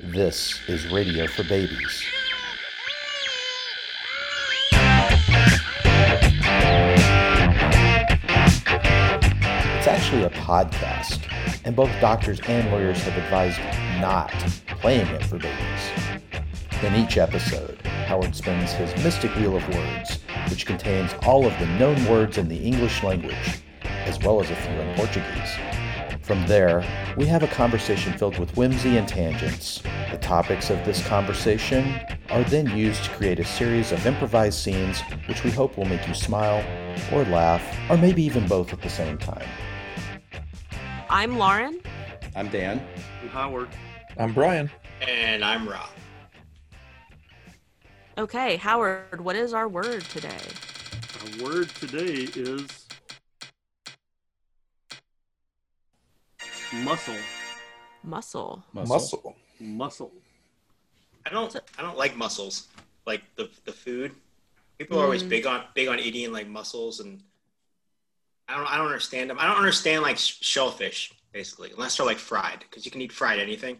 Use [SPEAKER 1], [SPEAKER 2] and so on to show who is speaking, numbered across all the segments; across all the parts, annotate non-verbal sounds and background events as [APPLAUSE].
[SPEAKER 1] This is Radio for Babies. It's actually a podcast, and both doctors and lawyers have advised not playing it for babies. In each episode, Howard spins his mystic wheel of words, which contains all of the known words in the English language, as well as a few in Portuguese. From there, we have a conversation filled with whimsy and tangents. The topics of this conversation are then used to create a series of improvised scenes which we hope will make you smile or laugh, or maybe even both at the same time.
[SPEAKER 2] I'm Lauren.
[SPEAKER 3] I'm Dan.
[SPEAKER 4] Howard.
[SPEAKER 5] I'm Brian.
[SPEAKER 6] And I'm Rob.
[SPEAKER 2] Okay, Howard, what is our word today?
[SPEAKER 4] Our word today is muscle.
[SPEAKER 2] Muscle.
[SPEAKER 5] Muscle.
[SPEAKER 4] Muscle.
[SPEAKER 6] I don't I don't like mussels. Like the the food. People are always
[SPEAKER 2] Mm.
[SPEAKER 6] big on big on eating like mussels and I don't I don't understand them. I don't understand like sh- shellfish basically unless they're like fried because you can eat fried anything.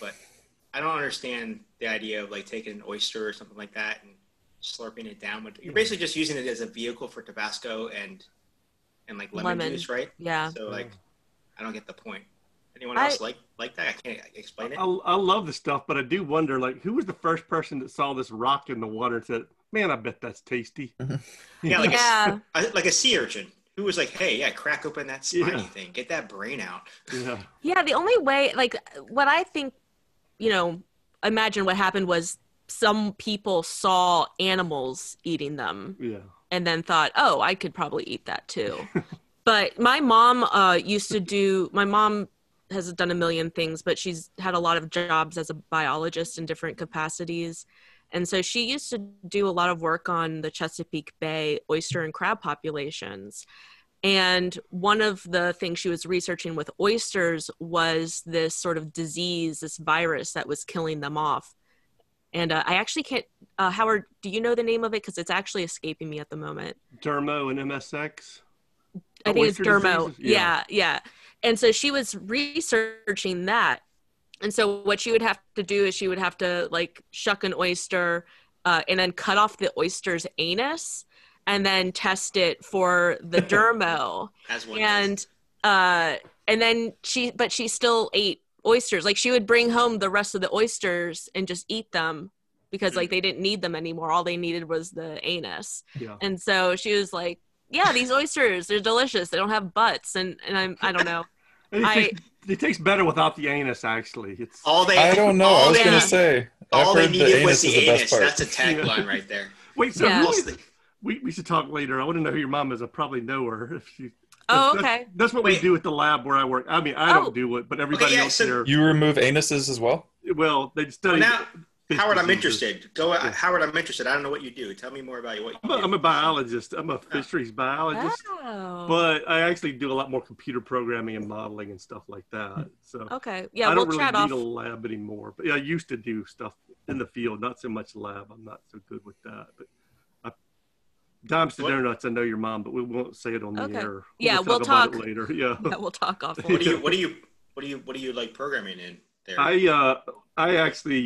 [SPEAKER 6] But I don't understand the idea of like taking an oyster or something like that and slurping it down with you're basically just using it as a vehicle for Tabasco and and like lemon,
[SPEAKER 2] Lemon.
[SPEAKER 6] juice, right?
[SPEAKER 2] Yeah.
[SPEAKER 6] So like I don't get the point. Anyone
[SPEAKER 2] I-
[SPEAKER 6] else like like that? I can't explain it.
[SPEAKER 4] I, I love this stuff, but I do wonder, like, who was the first person that saw this rock in the water and said, "Man, I bet that's tasty."
[SPEAKER 6] [LAUGHS] Yeah, like a
[SPEAKER 2] Yeah.
[SPEAKER 6] I, like a sea urchin who was like, "Hey, yeah, crack open that spiny
[SPEAKER 4] Yeah.
[SPEAKER 6] thing, get that brain out."
[SPEAKER 4] Yeah.
[SPEAKER 2] Yeah, the only way, like, what I think, you know, imagine what happened was some people saw animals eating them
[SPEAKER 4] Yeah.
[SPEAKER 2] and then thought, oh, I could probably eat that too. but my mom uh, used to do, my mom has done a million things, but she's had a lot of jobs as a biologist in different capacities. And so she used to do a lot of work on the Chesapeake Bay oyster and crab populations. And one of the things she was researching with oysters was this sort of disease, this virus that was killing them off. And uh, I actually can't, uh, Howard, do you know the name of it? Because it's actually escaping me at the moment.
[SPEAKER 4] Dermo and MSX.
[SPEAKER 2] I think it's
[SPEAKER 4] Oyster
[SPEAKER 2] dermo.
[SPEAKER 4] diseases?
[SPEAKER 2] Yeah. yeah, And so she was researching that. And so what she would have to do is she would have to like shuck an oyster uh, and then cut off the oyster's anus and then test it for the dermo.
[SPEAKER 6] As one does.
[SPEAKER 2] and uh, and then she, but she still ate oysters. Like she would bring home the rest of the oysters and just eat them because like they didn't need them anymore. All they needed was the anus.
[SPEAKER 4] Yeah.
[SPEAKER 2] And so she was like, "Yeah, these oysters, they're delicious. They don't have butts." And and I'm I don't know.
[SPEAKER 4] [LAUGHS] And it,
[SPEAKER 2] I-
[SPEAKER 4] tastes, it tastes better without the anus, actually. It's
[SPEAKER 6] all they
[SPEAKER 5] I don't know. I
[SPEAKER 6] all
[SPEAKER 5] was
[SPEAKER 6] they-
[SPEAKER 5] gonna say.
[SPEAKER 6] all
[SPEAKER 5] I've
[SPEAKER 6] they
[SPEAKER 5] heard the
[SPEAKER 6] needed
[SPEAKER 5] anus is
[SPEAKER 6] was the
[SPEAKER 5] the
[SPEAKER 6] anus.
[SPEAKER 5] best part.
[SPEAKER 6] That's a tagline
[SPEAKER 5] [LAUGHS]
[SPEAKER 6] right there.
[SPEAKER 4] wait. So
[SPEAKER 2] Yeah.
[SPEAKER 4] who
[SPEAKER 6] Most
[SPEAKER 4] is
[SPEAKER 6] of the-
[SPEAKER 4] we we should talk later. I want to know who your mom is. I probably know her. [LAUGHS] If she,
[SPEAKER 2] Oh,
[SPEAKER 4] that's- [LAUGHS]
[SPEAKER 2] okay.
[SPEAKER 4] That's what we
[SPEAKER 6] Wait.
[SPEAKER 4] do at the lab where I work. I mean, I
[SPEAKER 2] Oh.
[SPEAKER 4] don't do it, but everybody
[SPEAKER 6] yeah,
[SPEAKER 4] else
[SPEAKER 6] so-
[SPEAKER 4] there.
[SPEAKER 5] You remove anuses as well?
[SPEAKER 4] well, they
[SPEAKER 6] Well,
[SPEAKER 4] study.
[SPEAKER 6] now,
[SPEAKER 4] fish
[SPEAKER 6] Howard, I'm
[SPEAKER 4] diseases.
[SPEAKER 6] interested. Go, uh, Howard, I'm interested. I don't know what you do. Tell me more about you. What you
[SPEAKER 4] I'm a,
[SPEAKER 6] do.
[SPEAKER 4] I'm a biologist.
[SPEAKER 6] Oh.
[SPEAKER 4] I'm a fisheries biologist,
[SPEAKER 2] Oh.
[SPEAKER 4] but I actually do a lot more computer programming and modeling and stuff like that. So
[SPEAKER 2] okay. Oh, Yeah,
[SPEAKER 4] I
[SPEAKER 2] we'll
[SPEAKER 4] don't really
[SPEAKER 2] chat
[SPEAKER 4] need
[SPEAKER 2] off.
[SPEAKER 4] a lab anymore. But yeah, I used to do stuff in the field, not so much lab. I'm not so good with that. But I, dimes to
[SPEAKER 6] What-
[SPEAKER 4] donuts. I know your mom, but we won't say it on
[SPEAKER 2] Okay.
[SPEAKER 4] the air.
[SPEAKER 2] Yeah, we'll
[SPEAKER 4] about
[SPEAKER 2] talk.
[SPEAKER 4] it later. [LAUGHS] Yeah.
[SPEAKER 2] yeah, [LAUGHS] we'll talk off.
[SPEAKER 6] what
[SPEAKER 4] [LAUGHS]
[SPEAKER 6] do you
[SPEAKER 5] [LAUGHS]
[SPEAKER 6] what do you what do you what do you like programming in there?
[SPEAKER 4] I uh, I actually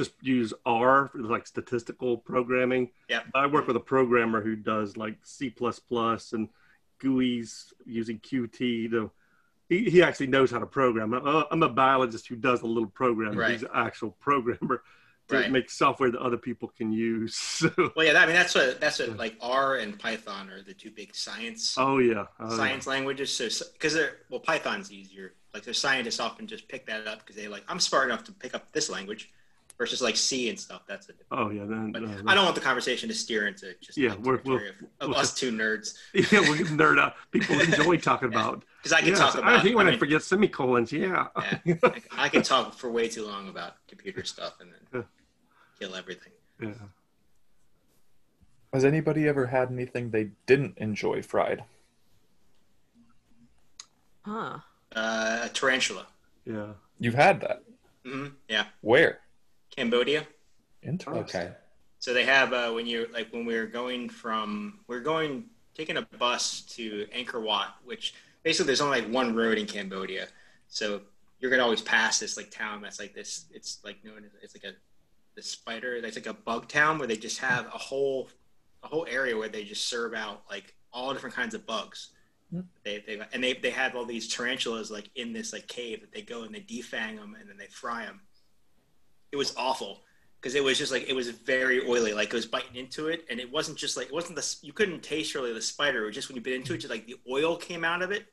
[SPEAKER 4] just use R for like statistical programming.
[SPEAKER 6] Yep.
[SPEAKER 4] I work with a programmer who does like C and GUIs using Qt. To, he, he actually knows how to program. I, I'm a biologist who does a little programming.
[SPEAKER 6] Right.
[SPEAKER 4] He's an actual programmer that
[SPEAKER 6] Right.
[SPEAKER 4] makes software that other people can use. [LAUGHS] So,
[SPEAKER 6] well, yeah, that- I mean that's what that's what like R and Python are the two big science
[SPEAKER 4] oh yeah, Oh, yeah.
[SPEAKER 6] science languages. So because they're well, Python's easier. Like their scientists often just pick that up because they like I'm smart enough to pick up this language, versus like C and stuff. That's a
[SPEAKER 4] Oh yeah, then,
[SPEAKER 6] but
[SPEAKER 4] uh,
[SPEAKER 6] I don't want the conversation to steer into just
[SPEAKER 4] Yeah,
[SPEAKER 6] like,
[SPEAKER 4] we're- we'll-
[SPEAKER 6] territory of, of
[SPEAKER 4] we'll-
[SPEAKER 6] us two nerds
[SPEAKER 4] [LAUGHS] yeah, we can nerd out. People enjoy talking
[SPEAKER 6] [LAUGHS] Yeah.
[SPEAKER 4] about.
[SPEAKER 6] because I can
[SPEAKER 4] Yes,
[SPEAKER 6] talk about.
[SPEAKER 4] I hate when I,
[SPEAKER 6] mean,
[SPEAKER 4] forget semicolons. Yeah.
[SPEAKER 6] yeah, I, I can talk for way too long about
[SPEAKER 4] [LAUGHS]
[SPEAKER 6] computer stuff and then kill everything.
[SPEAKER 4] yeah.
[SPEAKER 5] Has anybody ever had anything they didn't enjoy fried?
[SPEAKER 2] Huh.
[SPEAKER 6] Uh, tarantula.
[SPEAKER 4] Yeah.
[SPEAKER 5] You've had that.
[SPEAKER 6] hmm Yeah,
[SPEAKER 5] Where?
[SPEAKER 6] Cambodia.
[SPEAKER 5] Interesting.
[SPEAKER 6] So they have uh, when you're like when we were going from we are going taking a bus to Angkor Wat, which basically there's only like one road in Cambodia. So you're gonna always pass this like town that's like this. It's like known as it's like a the spider. That's like a bug town where they just have a whole a whole area where they just serve out like all different kinds of bugs.
[SPEAKER 5] Hmm.
[SPEAKER 6] They, they and they they have all these tarantulas like in this like cave that they go and they defang them and then they fry them. It was awful because it was just like it was very oily, like it was biting into it, and it wasn't just like it wasn't the you couldn't taste really the spider. It was just when you bit into it, just like the oil came out of it,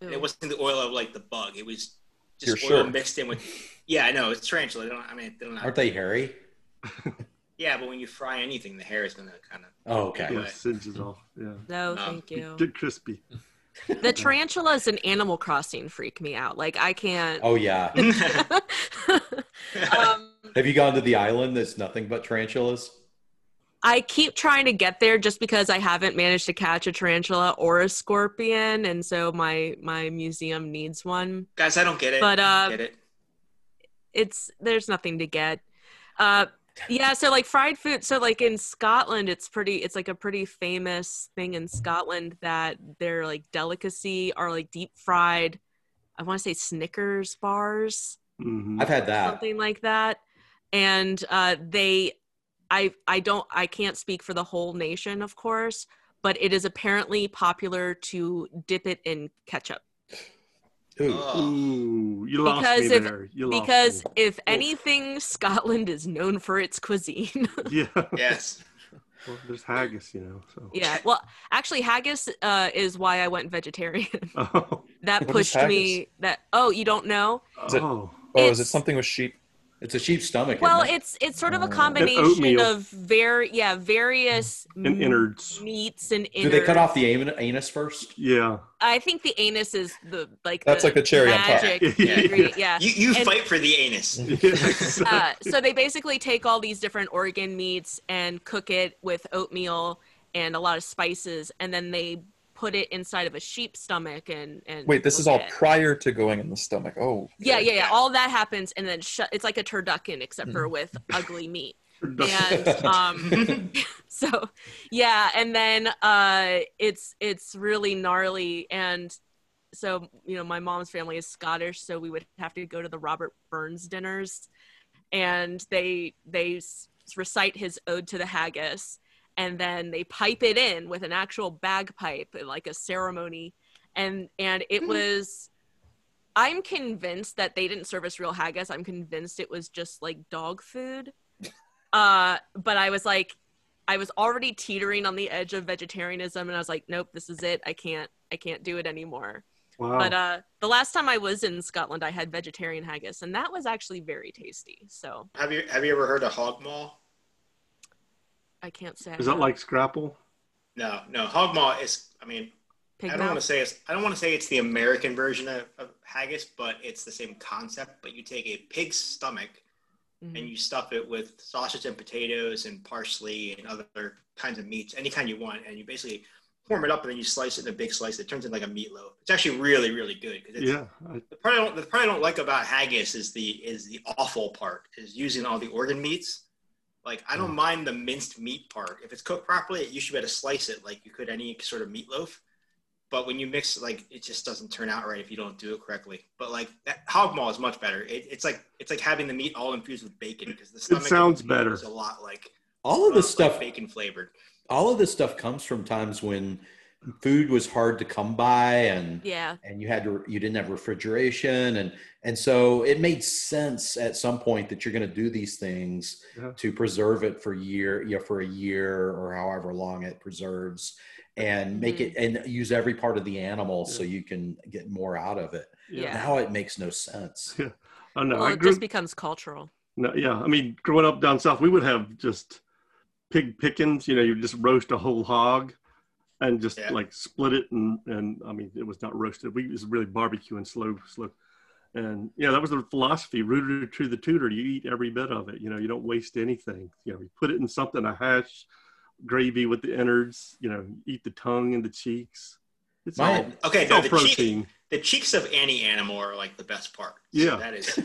[SPEAKER 6] and it wasn't the oil of like the bug. It was just
[SPEAKER 5] You're
[SPEAKER 6] oil
[SPEAKER 5] sure?
[SPEAKER 6] mixed in with. Yeah, I know it's tarantula. They don't, I mean, they don't.
[SPEAKER 3] Aren't they hairy?
[SPEAKER 6] Yeah, but when you fry anything, the hair is gonna kind of.
[SPEAKER 3] Oh, okay.
[SPEAKER 4] Yeah,
[SPEAKER 6] Right.
[SPEAKER 4] singes off. Yeah.
[SPEAKER 2] No,
[SPEAKER 6] No.
[SPEAKER 2] thank
[SPEAKER 4] [LAUGHS]
[SPEAKER 2] you.
[SPEAKER 4] Get crispy.
[SPEAKER 2] The tarantulas in Animal Crossing freak me out. Like I can't.
[SPEAKER 3] Oh, yeah.
[SPEAKER 2] um,
[SPEAKER 3] Have you gone to the island that's nothing but tarantulas?
[SPEAKER 2] I keep trying to get there just because I haven't managed to catch a tarantula or a scorpion, and so my my museum needs one.
[SPEAKER 6] [LAUGHS] Guys, I don't get it.
[SPEAKER 2] But,
[SPEAKER 6] I
[SPEAKER 2] uh,
[SPEAKER 6] don't get it.
[SPEAKER 2] It's there's nothing to get. Uh, yeah, so like fried food. So like in Scotland, it's pretty. It's like a pretty famous thing in Scotland that their like delicacy are like deep fried. I want to say Snickers bars.
[SPEAKER 4] hmm
[SPEAKER 3] I've had that.
[SPEAKER 2] something like that and uh, they i i don't i can't speak for the whole nation of course but it is apparently popular to dip it in ketchup
[SPEAKER 3] Ooh.
[SPEAKER 6] Ugh.
[SPEAKER 4] Ooh, you lost
[SPEAKER 2] Oh. Because
[SPEAKER 4] me
[SPEAKER 2] if-
[SPEAKER 4] there. You lost
[SPEAKER 2] because
[SPEAKER 4] me.
[SPEAKER 2] if anything scotland is known for its cuisine [LAUGHS]
[SPEAKER 4] [LAUGHS] yeah,
[SPEAKER 6] Yes.
[SPEAKER 4] well, there's haggis, you know. So. [LAUGHS]
[SPEAKER 2] yeah well actually haggis uh, is why i went vegetarian [LAUGHS]
[SPEAKER 4] Oh,
[SPEAKER 2] that
[SPEAKER 5] What is
[SPEAKER 2] pushed me
[SPEAKER 5] haggis?
[SPEAKER 2] that oh you don't know
[SPEAKER 5] Is it-
[SPEAKER 4] oh,
[SPEAKER 5] Oh, is it
[SPEAKER 2] It's-
[SPEAKER 5] something with sheep?
[SPEAKER 3] It's a sheep's stomach.
[SPEAKER 2] well
[SPEAKER 3] isn't it?
[SPEAKER 2] it's it's sort of a
[SPEAKER 5] Uh,
[SPEAKER 2] combination
[SPEAKER 4] oatmeal.
[SPEAKER 2] of very yeah various
[SPEAKER 4] and innards.
[SPEAKER 2] meats and
[SPEAKER 3] Do they cut
[SPEAKER 2] innards.
[SPEAKER 3] off the an- anus first?
[SPEAKER 4] Yeah.
[SPEAKER 2] I think the anus is the like
[SPEAKER 5] That's like the cherry on top.
[SPEAKER 2] magic
[SPEAKER 4] Yeah.
[SPEAKER 2] ingredient, [LAUGHS] yeah.
[SPEAKER 6] You you
[SPEAKER 2] And-
[SPEAKER 6] fight for the anus.
[SPEAKER 4] Yes.
[SPEAKER 2] Uh, so they basically take all these different organ meats and cook it with oatmeal and a lot of spices, and then they put it inside of a sheep's stomach and and
[SPEAKER 5] Wait, this is all
[SPEAKER 2] cook it.
[SPEAKER 5] prior to going in the stomach. Oh,
[SPEAKER 2] yeah, yeah, yeah.
[SPEAKER 6] Yeah.
[SPEAKER 2] All that happens, and then sh- it's like a turducken, except
[SPEAKER 5] Mm-hmm.
[SPEAKER 2] for with ugly meat. And um, [LAUGHS] so yeah and then uh it's it's really gnarly and so you know my mom's family is scottish so we would have to go to the robert burns dinners and they they s- recite his ode to the haggis and then they pipe it in with an actual bagpipe like a ceremony and and it was i'm convinced that they didn't serve us real haggis i'm convinced it was just like dog food uh but i was like I was already teetering on the edge of vegetarianism, and I was like, nope, this is it. I can't, I can't do it anymore.
[SPEAKER 4] wow.
[SPEAKER 2] But uh, the last time I was in Scotland, I had vegetarian haggis, and that was actually very tasty. So
[SPEAKER 6] have you have you ever heard of hog maw?
[SPEAKER 2] I can't say. I
[SPEAKER 4] is that
[SPEAKER 2] have
[SPEAKER 4] like Scrapple?
[SPEAKER 6] No, no. Hog maw is. I mean,
[SPEAKER 2] pig
[SPEAKER 6] I don't want
[SPEAKER 2] mouth?
[SPEAKER 6] to say it's. I don't want to say it's the American version of, of haggis, but it's the same concept. But you take a pig's stomach
[SPEAKER 2] Mhm.
[SPEAKER 6] and you stuff it with sausage and potatoes and parsley and other kinds of meats, any kind you want, and you basically warm it up and then you slice it in a big slice. It turns into like a meatloaf. It's actually really, really good. 'cause it's-
[SPEAKER 4] Yeah. I,
[SPEAKER 6] The part I don't, the part I don't like about haggis is the is the awful part is using all the organ meats. Like I
[SPEAKER 4] Mm.
[SPEAKER 6] don't mind the minced meat part. If it's cooked properly, you should be able to slice it like you could any sort of meatloaf. But when you mix, like it just doesn't turn out right if you don't do it correctly. But like that hog maw is much better. It, it's like it's like having the meat all infused with bacon because the stomach
[SPEAKER 4] sounds
[SPEAKER 6] of the meat
[SPEAKER 4] better.
[SPEAKER 6] is a lot like
[SPEAKER 3] All of this
[SPEAKER 6] uh,
[SPEAKER 3] stuff
[SPEAKER 6] like bacon flavored.
[SPEAKER 3] all of this stuff comes from times when food was hard to come by and
[SPEAKER 2] Yeah,
[SPEAKER 3] and you had to you didn't have refrigeration and and so it made sense at some point that you're going to do these things
[SPEAKER 4] Yeah.
[SPEAKER 3] to preserve it for year you know for a year or however long it preserves and make it and use every part of the animal so you can get more out of it
[SPEAKER 2] yeah.
[SPEAKER 3] now it makes no
[SPEAKER 6] [LAUGHS]
[SPEAKER 3] sense
[SPEAKER 4] oh no,
[SPEAKER 2] well,
[SPEAKER 4] I
[SPEAKER 2] it
[SPEAKER 4] grew.
[SPEAKER 2] just becomes cultural.
[SPEAKER 4] no, yeah, I mean, growing up down south, we would have just pig pickings. You know, you just roast a whole hog, and just
[SPEAKER 6] Yeah.
[SPEAKER 4] like split it, and and I mean, it was not roasted. We it was really barbecue and slow, slow. And yeah, that was the philosophy rooted to the Tudor. You eat every bit of it. You know, you don't waste anything. You know, you put it in something, a hash, gravy with the innards. You know, eat the tongue and the cheeks. It's
[SPEAKER 3] My-
[SPEAKER 4] all,
[SPEAKER 6] Okay,
[SPEAKER 4] it's
[SPEAKER 6] no,
[SPEAKER 4] all
[SPEAKER 6] the, cheek,
[SPEAKER 4] protein.
[SPEAKER 6] the cheeks of any animal are like the best part.
[SPEAKER 4] Yeah.
[SPEAKER 6] that is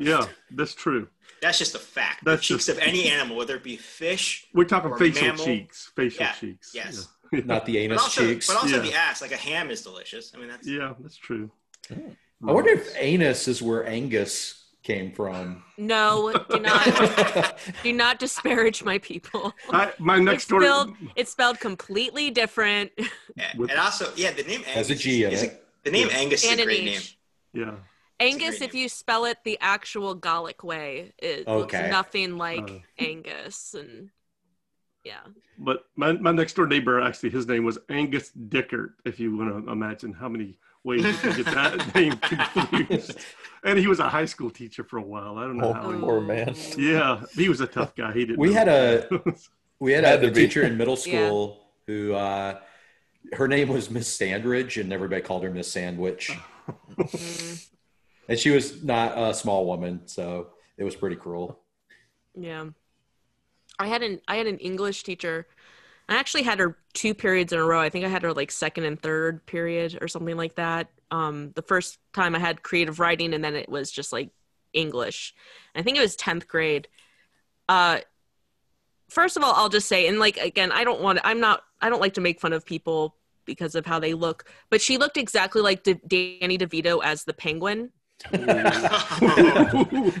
[SPEAKER 4] Yeah, that's true.
[SPEAKER 6] That's just a fact.
[SPEAKER 4] That's
[SPEAKER 6] the cheeks
[SPEAKER 4] just-
[SPEAKER 6] of any animal, whether it be fish,
[SPEAKER 4] We're talking
[SPEAKER 6] Or
[SPEAKER 4] facial
[SPEAKER 6] mammal.
[SPEAKER 4] cheeks. Facial
[SPEAKER 6] Yeah,
[SPEAKER 4] cheeks.
[SPEAKER 6] yes.
[SPEAKER 3] [LAUGHS] not the
[SPEAKER 6] [LAUGHS] but
[SPEAKER 3] anus
[SPEAKER 6] also,
[SPEAKER 3] cheeks
[SPEAKER 6] but also
[SPEAKER 4] Yeah.
[SPEAKER 6] the ass. Like a ham is delicious. I mean, that's
[SPEAKER 4] Yeah. yeah, that's true.
[SPEAKER 3] I wonder if anus is where Angus came from. [LAUGHS]
[SPEAKER 2] No,
[SPEAKER 4] [LAUGHS]
[SPEAKER 2] do not do not disparage my people.
[SPEAKER 4] I, my
[SPEAKER 2] It's
[SPEAKER 4] Uh, next door.
[SPEAKER 2] spelled, it's spelled completely different.
[SPEAKER 6] And,
[SPEAKER 4] With-
[SPEAKER 6] eh, and also, yeah, the name Angus
[SPEAKER 3] Has a G in
[SPEAKER 6] is a-
[SPEAKER 3] it.
[SPEAKER 6] the name
[SPEAKER 4] Yeah.
[SPEAKER 6] Angus is
[SPEAKER 2] And
[SPEAKER 6] a
[SPEAKER 2] an
[SPEAKER 6] great name.
[SPEAKER 2] H.
[SPEAKER 4] Yeah.
[SPEAKER 2] Angus,
[SPEAKER 6] great
[SPEAKER 2] if
[SPEAKER 6] name.
[SPEAKER 2] you spell it the actual Gallic way, it
[SPEAKER 3] Okay.
[SPEAKER 2] looks nothing like
[SPEAKER 4] Oh.
[SPEAKER 2] Angus. And yeah,
[SPEAKER 4] But my, my next door neighbor, actually, his name was Angus Dickert, if you want to imagine how many ways you can
[SPEAKER 3] [LAUGHS]
[SPEAKER 4] get that name confused. And he was a high school teacher for a while. I don't know
[SPEAKER 5] Oh,
[SPEAKER 4] how. He,
[SPEAKER 5] poor man.
[SPEAKER 4] yeah, he was a tough guy. He didn't.
[SPEAKER 3] We
[SPEAKER 4] know.
[SPEAKER 3] had a- We had,
[SPEAKER 5] Had
[SPEAKER 3] a,
[SPEAKER 5] to
[SPEAKER 3] a
[SPEAKER 5] be.
[SPEAKER 3] teacher
[SPEAKER 2] [LAUGHS]
[SPEAKER 3] in middle school who uh, her name was Miss Sandridge, and everybody called her Miss
[SPEAKER 2] [SIGHS]
[SPEAKER 3] Sandwich.
[SPEAKER 2] Mm,
[SPEAKER 3] And she was not a small woman, so it was pretty cruel.
[SPEAKER 2] yeah. I had an I had an English teacher. I actually had her two periods in a row. I think I had her like second and third period or something like that. Um, the first time I had creative writing, and then it was just like English. I think it was 10th grade. Uh, first of all, I'll just say, and like, again, I don't want, I'm not, I don't like to make fun of people because of how they look, but she looked exactly like D- Danny DeVito as the penguin. [LAUGHS]
[SPEAKER 3] [LAUGHS]
[SPEAKER 4] [LAUGHS]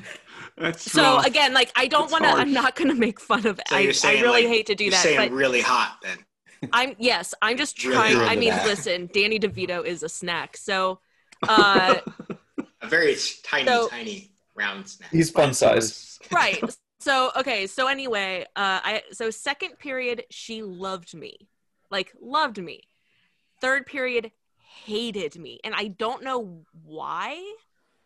[SPEAKER 4] That's
[SPEAKER 2] So
[SPEAKER 4] rough.
[SPEAKER 2] again, like, I don't
[SPEAKER 4] It's
[SPEAKER 2] want to,
[SPEAKER 4] harsh.
[SPEAKER 2] I'm not going to make fun of,
[SPEAKER 6] [LAUGHS] So
[SPEAKER 2] I,
[SPEAKER 6] you're
[SPEAKER 2] I
[SPEAKER 6] saying,
[SPEAKER 2] really
[SPEAKER 6] like-
[SPEAKER 2] hate to do
[SPEAKER 6] You're
[SPEAKER 2] that,
[SPEAKER 6] saying
[SPEAKER 2] but
[SPEAKER 6] really hot then.
[SPEAKER 2] I'm, yes, I'm just
[SPEAKER 6] Really
[SPEAKER 2] trying.
[SPEAKER 6] into
[SPEAKER 2] I mean,
[SPEAKER 6] that.
[SPEAKER 2] listen, Danny DeVito is a snack. So,
[SPEAKER 6] [LAUGHS]
[SPEAKER 2] uh,
[SPEAKER 6] A very tiny,
[SPEAKER 2] So-
[SPEAKER 6] tiny round snack.
[SPEAKER 5] He's fun sized.
[SPEAKER 2] right. So, okay. So anyway, uh, I, so second period, she loved me. like loved me. Third period hated me, and I don't know why.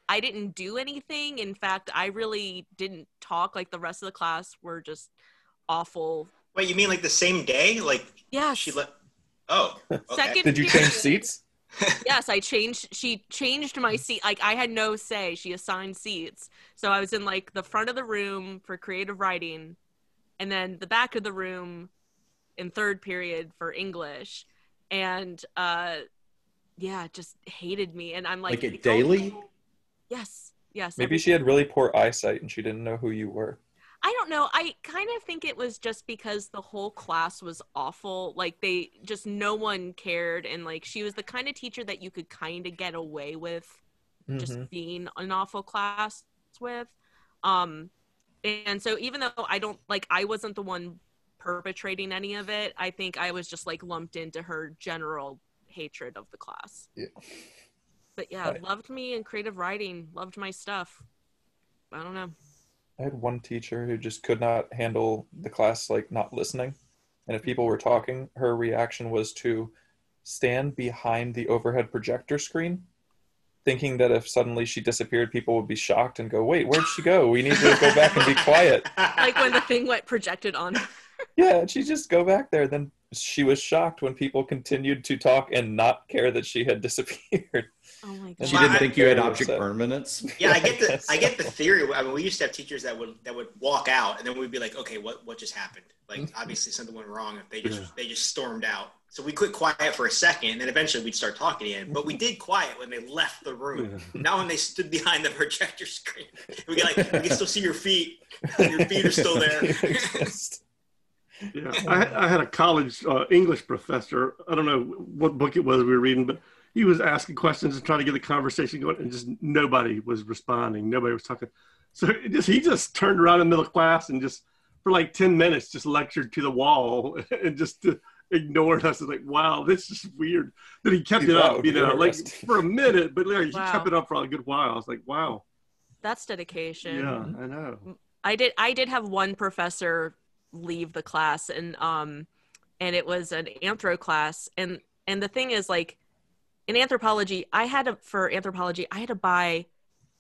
[SPEAKER 2] I didn't do anything. In fact, I really didn't talk. Like the rest of the class were just awful.
[SPEAKER 6] Wait, you mean like the same day? Like
[SPEAKER 2] Yes.
[SPEAKER 6] she let?
[SPEAKER 2] [LAUGHS]
[SPEAKER 6] Oh, okay.
[SPEAKER 2] Second-
[SPEAKER 5] Did you change seats?
[SPEAKER 2] yes, I changed. She changed my seat. Like I had no say. She assigned seats. So I was in like the front of the room for creative writing, and then the back of the room in third period for English. And uh, yeah, just hated me. And I'm like,
[SPEAKER 3] Like at
[SPEAKER 2] "You don't-
[SPEAKER 3] Daily?
[SPEAKER 2] Yes, yes.
[SPEAKER 5] Maybe
[SPEAKER 2] every-
[SPEAKER 5] she had really poor eyesight and she didn't know who you were.
[SPEAKER 2] I don't know. I kind of think it was just because the whole class was awful. Like they just no one cared, and like she was the kind of teacher that you could kind of get away with. just
[SPEAKER 5] Mhm.
[SPEAKER 2] being an awful class with um and so even though i don't like i wasn't the one perpetrating any of it i think i was just like lumped into her general hatred of the class
[SPEAKER 5] Yeah.
[SPEAKER 2] but yeah
[SPEAKER 5] Right.
[SPEAKER 2] loved me and creative writing loved my stuff i don't know
[SPEAKER 5] I had one teacher who just could not handle the class like not listening. And if people were talking, her reaction was to stand behind the overhead projector screen, thinking that if suddenly she disappeared, people would be shocked and go, Wait, where'd she go? We need her to go back and be
[SPEAKER 6] [LAUGHS]
[SPEAKER 5] quiet.
[SPEAKER 2] like when the thing went projected on
[SPEAKER 5] Yeah, and she just go back there. Then she was shocked when people continued to talk and not care that she had disappeared. [LAUGHS]
[SPEAKER 2] oh my god
[SPEAKER 5] And
[SPEAKER 3] She
[SPEAKER 6] Well,
[SPEAKER 3] didn't
[SPEAKER 6] I-
[SPEAKER 3] think you had
[SPEAKER 5] Very
[SPEAKER 3] object
[SPEAKER 5] upset. [LAUGHS]
[SPEAKER 3] permanence.
[SPEAKER 6] [LAUGHS] Yeah, I get
[SPEAKER 5] I
[SPEAKER 6] the
[SPEAKER 5] guess
[SPEAKER 6] I get the theory. I mean, we used to have teachers that would that would walk out, and then we'd be like, okay, what what just happened? Like, obviously something went wrong. If they just
[SPEAKER 4] Mm-hmm. Yeah.
[SPEAKER 6] they just stormed out, so we quit quiet for a second, and then eventually we'd start talking again. But we did quiet when they left the room.
[SPEAKER 4] Mm-hmm. Yeah.
[SPEAKER 6] Not when they stood behind the projector
[SPEAKER 4] [LAUGHS]
[SPEAKER 6] screen. We get like we can still see your feet. Your feet are still
[SPEAKER 4] [LAUGHS]
[SPEAKER 6] there.
[SPEAKER 4] Yeah, I, I had a college uh, English professor. I don't know what book it was we were reading, but he was asking questions and trying to get the conversation going, and just nobody was responding. Nobody was talking. So it just he just turned around in the middle of class and just for like ten minutes just lectured to the wall [LAUGHS] and just uh, ignored us. It's like, wow, this is weird. Then he kept it up, you know, like
[SPEAKER 5] Interesting.
[SPEAKER 4] for a minute, but like, he
[SPEAKER 2] Wow.
[SPEAKER 4] kept it up for a good while. I was like, wow,
[SPEAKER 2] that's dedication
[SPEAKER 4] yeah, I know.
[SPEAKER 2] I did I did have one professor leave the class and um and it was an anthro class and and the thing is like in anthropology I had to for anthropology I had to buy